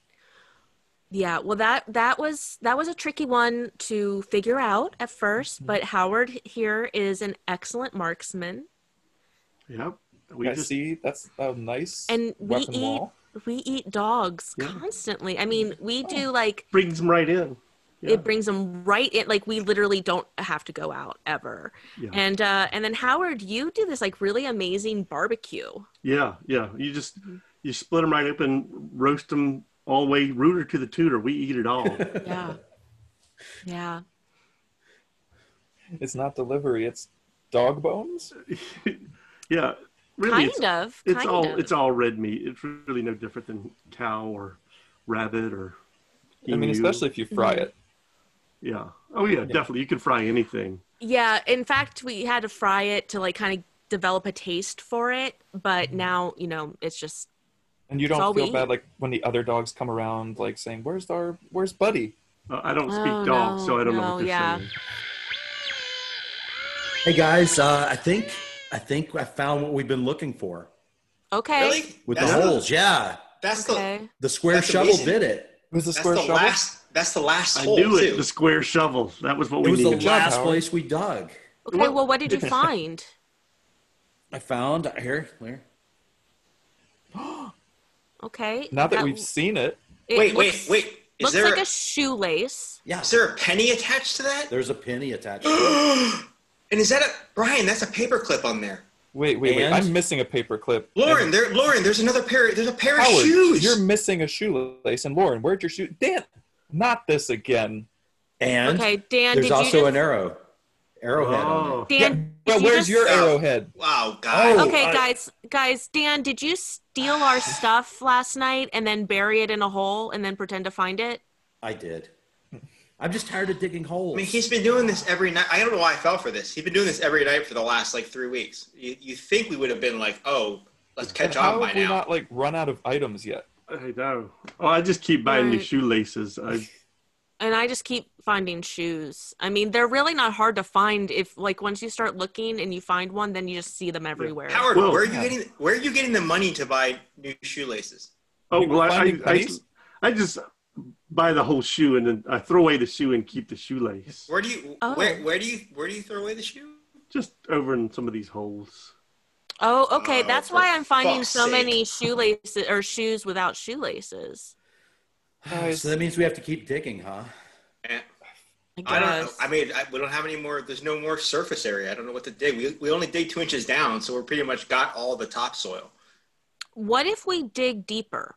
[SPEAKER 2] yeah well that that was that was a tricky one to figure out at first
[SPEAKER 4] Mm-hmm.
[SPEAKER 2] but howard here is an excellent marksman
[SPEAKER 4] yeah, we
[SPEAKER 5] I
[SPEAKER 4] just
[SPEAKER 5] see that's a nice
[SPEAKER 2] And we
[SPEAKER 5] weapon
[SPEAKER 2] eat-
[SPEAKER 5] wall.
[SPEAKER 2] we eat dogs
[SPEAKER 4] Yeah.
[SPEAKER 2] constantly i mean we do like
[SPEAKER 4] brings them right in. Yeah.
[SPEAKER 2] it brings them right in like we literally don't have to go out ever
[SPEAKER 4] Yeah.
[SPEAKER 2] and uh and then howard you do this like really amazing barbecue
[SPEAKER 4] yeah, yeah. You just
[SPEAKER 2] Mhm.
[SPEAKER 4] you split them right open, roast them all the way, rooter to the tutor. We eat it
[SPEAKER 2] [LAUGHS]
[SPEAKER 4] all.
[SPEAKER 7] [LAUGHS]
[SPEAKER 2] yeah yeah
[SPEAKER 5] It's not delivery. It's dog bones.
[SPEAKER 4] yeah, really,
[SPEAKER 2] kind
[SPEAKER 4] it's,
[SPEAKER 2] of
[SPEAKER 4] it's
[SPEAKER 2] kind
[SPEAKER 4] all
[SPEAKER 2] of.
[SPEAKER 4] it's all red meat. It's really no different than cow or rabbit or.
[SPEAKER 5] I mean,
[SPEAKER 4] emu.
[SPEAKER 5] especially if you fry
[SPEAKER 2] Mhm.
[SPEAKER 5] it.
[SPEAKER 4] Yeah. Oh yeah, definitely. You can fry anything.
[SPEAKER 2] yeah in fact we had to fry it to like kind of develop a taste for it but
[SPEAKER 4] Mm-hmm.
[SPEAKER 2] now you know it's just
[SPEAKER 5] And you
[SPEAKER 2] That's all
[SPEAKER 5] don't
[SPEAKER 2] we
[SPEAKER 5] feel bad
[SPEAKER 2] eat.
[SPEAKER 5] like when the other dogs come around, like saying, "Where's our, where's Buddy?"
[SPEAKER 4] Uh, I don't speak
[SPEAKER 2] Oh,
[SPEAKER 4] dog, so
[SPEAKER 2] no,
[SPEAKER 4] I don't know
[SPEAKER 2] no,
[SPEAKER 4] what they're
[SPEAKER 2] yeah.
[SPEAKER 4] saying.
[SPEAKER 7] Hey guys, uh, I think I think I found what we've been looking for
[SPEAKER 2] okay
[SPEAKER 6] Really?
[SPEAKER 7] with
[SPEAKER 6] That's
[SPEAKER 7] the holes. Yeah,
[SPEAKER 6] That's
[SPEAKER 2] okay
[SPEAKER 7] the square
[SPEAKER 6] That's
[SPEAKER 7] shovel
[SPEAKER 6] amazing.
[SPEAKER 7] did it.
[SPEAKER 5] It was the
[SPEAKER 6] the. That's
[SPEAKER 5] square
[SPEAKER 6] the
[SPEAKER 5] shovel.
[SPEAKER 6] last. That's the last
[SPEAKER 4] I
[SPEAKER 6] hole
[SPEAKER 4] knew
[SPEAKER 6] too.
[SPEAKER 4] it. The square shovel. That was what
[SPEAKER 7] It
[SPEAKER 4] we
[SPEAKER 7] was the
[SPEAKER 4] needed.
[SPEAKER 7] last
[SPEAKER 5] Howard.
[SPEAKER 7] place we dug.
[SPEAKER 2] okay
[SPEAKER 4] What-
[SPEAKER 2] well what
[SPEAKER 4] [LAUGHS]
[SPEAKER 2] did you find
[SPEAKER 7] I found here. Here.
[SPEAKER 2] okay
[SPEAKER 5] Now that
[SPEAKER 2] that-
[SPEAKER 5] we've seen it,
[SPEAKER 2] it
[SPEAKER 6] wait,
[SPEAKER 2] looks-
[SPEAKER 6] wait, wait. Is
[SPEAKER 2] looks
[SPEAKER 6] there
[SPEAKER 2] like a shoelace
[SPEAKER 7] Yeah.
[SPEAKER 6] is there a penny attached to
[SPEAKER 2] [GASPS]
[SPEAKER 6] that?
[SPEAKER 7] There's a penny attached. to it.
[SPEAKER 6] And is that a Brian? That's a paperclip on there.
[SPEAKER 5] wait, wait, wait.
[SPEAKER 7] And-
[SPEAKER 5] I'm missing a paperclip.
[SPEAKER 6] Lauren, there. Lauren, there's another pair. There's a pair of
[SPEAKER 5] Howard,
[SPEAKER 6] shoes.
[SPEAKER 5] you're missing a shoelace. And Lauren, where'd your shoe? Dan, not this again.
[SPEAKER 7] And
[SPEAKER 2] okay dan
[SPEAKER 7] there's
[SPEAKER 2] did
[SPEAKER 7] also
[SPEAKER 2] you just,
[SPEAKER 7] an arrow, arrowhead. On
[SPEAKER 4] Oh,
[SPEAKER 7] it.
[SPEAKER 2] dan did
[SPEAKER 5] Well,
[SPEAKER 2] you
[SPEAKER 5] where's
[SPEAKER 2] just-
[SPEAKER 5] your
[SPEAKER 6] Oh.
[SPEAKER 5] arrowhead?
[SPEAKER 6] wow, guys.
[SPEAKER 7] Oh.
[SPEAKER 2] Okay,
[SPEAKER 7] I-
[SPEAKER 2] guys, guys, Dan, did you steal our stuff last night and then bury it in a hole and then pretend to find it?
[SPEAKER 7] I did. I'm just tired of digging holes.
[SPEAKER 6] I
[SPEAKER 7] [SIGHS]
[SPEAKER 6] mean, he's been doing this every night. I don't know why I fell for this. He's been doing this every night for the last like three weeks. You, you think we would have been like, oh, let's
[SPEAKER 5] And
[SPEAKER 6] catch on
[SPEAKER 5] how
[SPEAKER 6] by
[SPEAKER 5] have we
[SPEAKER 6] now?
[SPEAKER 5] not like run out of items yet?
[SPEAKER 4] I know. Oh, I just keep buying new
[SPEAKER 2] Right.
[SPEAKER 4] shoelaces. I,
[SPEAKER 2] And I just keep finding shoes. I mean, they're really not hard to find if like once you start looking and you find one, then you just see them everywhere.
[SPEAKER 6] Howard,
[SPEAKER 4] Well-
[SPEAKER 6] where are you
[SPEAKER 5] Yeah.
[SPEAKER 6] getting? Where are you getting the money to buy new shoelaces?
[SPEAKER 4] oh well, I, I,
[SPEAKER 5] Finding
[SPEAKER 4] I,
[SPEAKER 5] pennies?
[SPEAKER 4] I just buy the whole shoe and then I throw away the shoe and keep the shoelace.
[SPEAKER 6] Where do you?
[SPEAKER 2] Oh.
[SPEAKER 6] Where where do you? Where do you throw away the shoe?
[SPEAKER 4] Just over in some of these holes.
[SPEAKER 2] Oh, okay.
[SPEAKER 6] Oh,
[SPEAKER 2] That's
[SPEAKER 6] for
[SPEAKER 2] why I'm finding
[SPEAKER 6] fuck's
[SPEAKER 2] so
[SPEAKER 6] sake.
[SPEAKER 2] many shoelaces or shoes without shoelaces.
[SPEAKER 5] Guys,
[SPEAKER 3] So that means we have to keep digging, huh?
[SPEAKER 6] Eh,
[SPEAKER 2] I guess.
[SPEAKER 6] I don't know. I mean, I, we don't have any more. There's no more surface area. I don't know what to dig. We, we only dig two inches down, so we're pretty much got all the topsoil.
[SPEAKER 2] what if we dig deeper?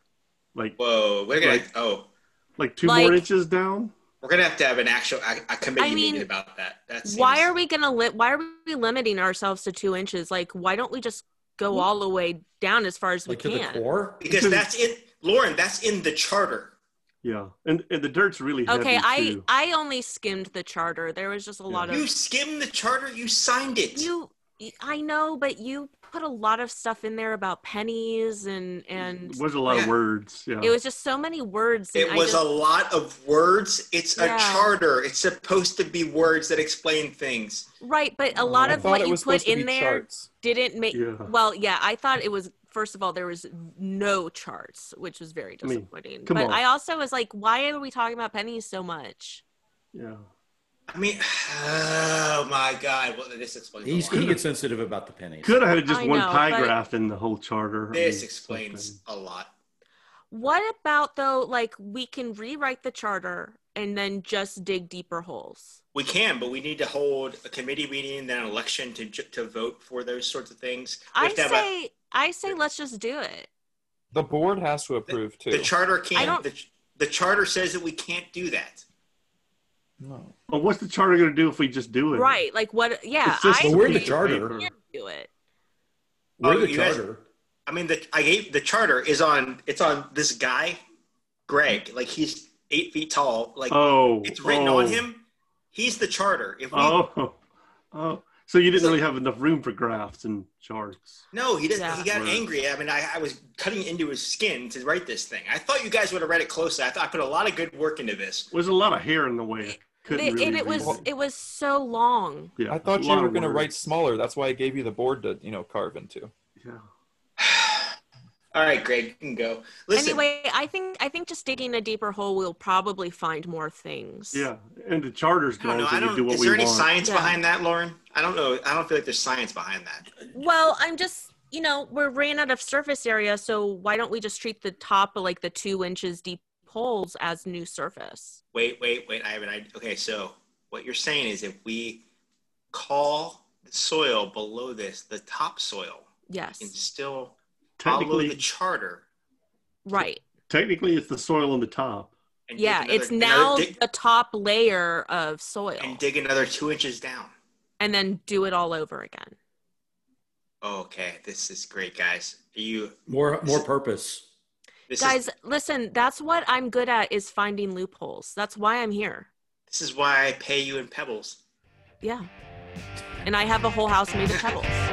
[SPEAKER 4] like
[SPEAKER 6] Whoa, we're gonna.
[SPEAKER 4] Right.
[SPEAKER 6] Oh,
[SPEAKER 4] like two
[SPEAKER 2] Like-
[SPEAKER 4] more inches down.
[SPEAKER 6] we're gonna have to have an actual a, a committee
[SPEAKER 2] I mean,
[SPEAKER 6] meeting about that. That's
[SPEAKER 2] Why are we gonna li- Why are we limiting ourselves to two inches? Like, why don't we just go all the way down as far as
[SPEAKER 3] Like to
[SPEAKER 2] we
[SPEAKER 3] the
[SPEAKER 2] can?
[SPEAKER 3] core?
[SPEAKER 6] Because that's in Lauren. That's in the charter.
[SPEAKER 4] Yeah, and and the dirt's really heavy
[SPEAKER 2] Okay, I
[SPEAKER 4] too.
[SPEAKER 2] I only skimmed the charter. There was just a lot
[SPEAKER 6] You
[SPEAKER 2] of
[SPEAKER 6] skimmed the charter. You signed it.
[SPEAKER 2] you. I know, but you put a lot of stuff in there about pennies and and
[SPEAKER 4] was a lot of
[SPEAKER 6] Yeah.
[SPEAKER 4] words. Yeah,
[SPEAKER 2] it was just so many words. and
[SPEAKER 6] It
[SPEAKER 2] I
[SPEAKER 6] was
[SPEAKER 2] just-
[SPEAKER 6] a lot of words. It's
[SPEAKER 2] Yeah.
[SPEAKER 6] a charter. It's supposed to be words that explain things.
[SPEAKER 2] right, but a lot
[SPEAKER 5] I
[SPEAKER 2] of
[SPEAKER 5] thought
[SPEAKER 2] what
[SPEAKER 5] it
[SPEAKER 2] you
[SPEAKER 5] was
[SPEAKER 2] put
[SPEAKER 5] supposed to be
[SPEAKER 2] in there
[SPEAKER 5] charts.
[SPEAKER 2] didn't make.
[SPEAKER 4] Yeah.
[SPEAKER 2] Well, yeah, I thought it was. First of all, there was no charts, which was very
[SPEAKER 4] I mean,
[SPEAKER 2] disappointing.
[SPEAKER 4] come
[SPEAKER 2] but
[SPEAKER 4] on.
[SPEAKER 2] I also was like, why are we talking about pennies so much?
[SPEAKER 4] yeah.
[SPEAKER 6] I mean, [SIGHS] oh my God! Well, this explains. a
[SPEAKER 3] He's,
[SPEAKER 6] lot.
[SPEAKER 3] he gets sensitive about the pennies.
[SPEAKER 4] Could have had just
[SPEAKER 2] I
[SPEAKER 4] one
[SPEAKER 2] know,
[SPEAKER 4] pie
[SPEAKER 2] but-
[SPEAKER 4] graph in the whole charter. I
[SPEAKER 6] This
[SPEAKER 4] mean,
[SPEAKER 6] explains
[SPEAKER 4] something.
[SPEAKER 6] a lot.
[SPEAKER 2] What about though? Like, we can rewrite the charter and then just dig deeper holes.
[SPEAKER 6] We can, but we need to hold a committee meeting, then an election to ju- to vote for those sorts of things. We
[SPEAKER 2] I
[SPEAKER 6] have to have a-
[SPEAKER 2] say, I say, let's just do it.
[SPEAKER 5] The board has to approve too.
[SPEAKER 6] the charter
[SPEAKER 2] I
[SPEAKER 6] can't.
[SPEAKER 2] don't-
[SPEAKER 6] The, ch- the charter says that we can't do that.
[SPEAKER 5] no.
[SPEAKER 4] But what's the charter going to do if we just do it?
[SPEAKER 2] Right? Like, what? Yeah,
[SPEAKER 4] It's just
[SPEAKER 2] I
[SPEAKER 3] But we're in the
[SPEAKER 2] say
[SPEAKER 3] charter.
[SPEAKER 2] we can do it.
[SPEAKER 3] We're
[SPEAKER 6] Oh,
[SPEAKER 3] the
[SPEAKER 6] you guys-
[SPEAKER 3] charter.
[SPEAKER 6] I mean, the I gave the charter is on. It's on this guy, Greg. Like he's eight feet tall. Like
[SPEAKER 4] Oh,
[SPEAKER 6] it's written
[SPEAKER 4] oh,
[SPEAKER 6] on him. He's the charter. If we
[SPEAKER 4] Oh, [LAUGHS] oh. So you didn't
[SPEAKER 6] So-
[SPEAKER 4] really have enough room for graphs and charts.
[SPEAKER 6] no, he doesn't. He
[SPEAKER 2] Yeah.
[SPEAKER 6] got angry. I mean, I, I was cutting into his skin to write this thing. I thought you guys would have read it closely. I thought I put a lot of good work into this.
[SPEAKER 4] There's a lot of hair in the way. I Couldn't
[SPEAKER 2] They-
[SPEAKER 4] really
[SPEAKER 2] and it
[SPEAKER 4] read
[SPEAKER 2] was, it was so long.
[SPEAKER 4] Yeah,
[SPEAKER 5] I thought
[SPEAKER 4] a
[SPEAKER 5] you
[SPEAKER 4] lot
[SPEAKER 5] were
[SPEAKER 4] of
[SPEAKER 5] going to
[SPEAKER 4] words.
[SPEAKER 5] write smaller. That's why I gave you the board to you know carve into.
[SPEAKER 4] Yeah.
[SPEAKER 6] All right, Greg, you can go. Listen,
[SPEAKER 2] Anyway, I think I think just digging a deeper hole, we'll probably find more things.
[SPEAKER 4] Yeah, and the charter's
[SPEAKER 6] I don't
[SPEAKER 4] gone.
[SPEAKER 6] know.
[SPEAKER 4] so
[SPEAKER 6] I
[SPEAKER 4] we
[SPEAKER 6] don't.
[SPEAKER 4] can do what
[SPEAKER 6] is
[SPEAKER 4] we
[SPEAKER 6] there any
[SPEAKER 4] want.
[SPEAKER 6] science
[SPEAKER 2] Yeah.
[SPEAKER 6] behind that, Lauren? I don't know. I don't feel like there's science behind that.
[SPEAKER 2] Well, I'm just, you know, we're ran out of surface area, so why don't we just treat the top of like the two inches deep holes as new surface?
[SPEAKER 6] Wait, wait, wait. I have an idea. Okay, so what you're saying is if we call the soil below this the topsoil and
[SPEAKER 2] Yes,
[SPEAKER 6] still follow the
[SPEAKER 4] Technically,
[SPEAKER 6] charter.
[SPEAKER 2] right.
[SPEAKER 4] technically, it's the soil on the top.
[SPEAKER 6] And dig
[SPEAKER 2] Yeah,
[SPEAKER 6] another-
[SPEAKER 2] it's
[SPEAKER 6] another
[SPEAKER 2] now
[SPEAKER 6] dig-
[SPEAKER 2] the top layer of soil,
[SPEAKER 6] and dig another two inches down.
[SPEAKER 2] and then do it all over again.
[SPEAKER 6] Okay, this is great, guys. Are you
[SPEAKER 3] More more purpose.
[SPEAKER 6] this is
[SPEAKER 2] Guys, listen, that's what I'm good at is finding loopholes. That's why I'm here.
[SPEAKER 6] this is why I pay you in pebbles.
[SPEAKER 2] Yeah. And I have a whole house made of pebbles.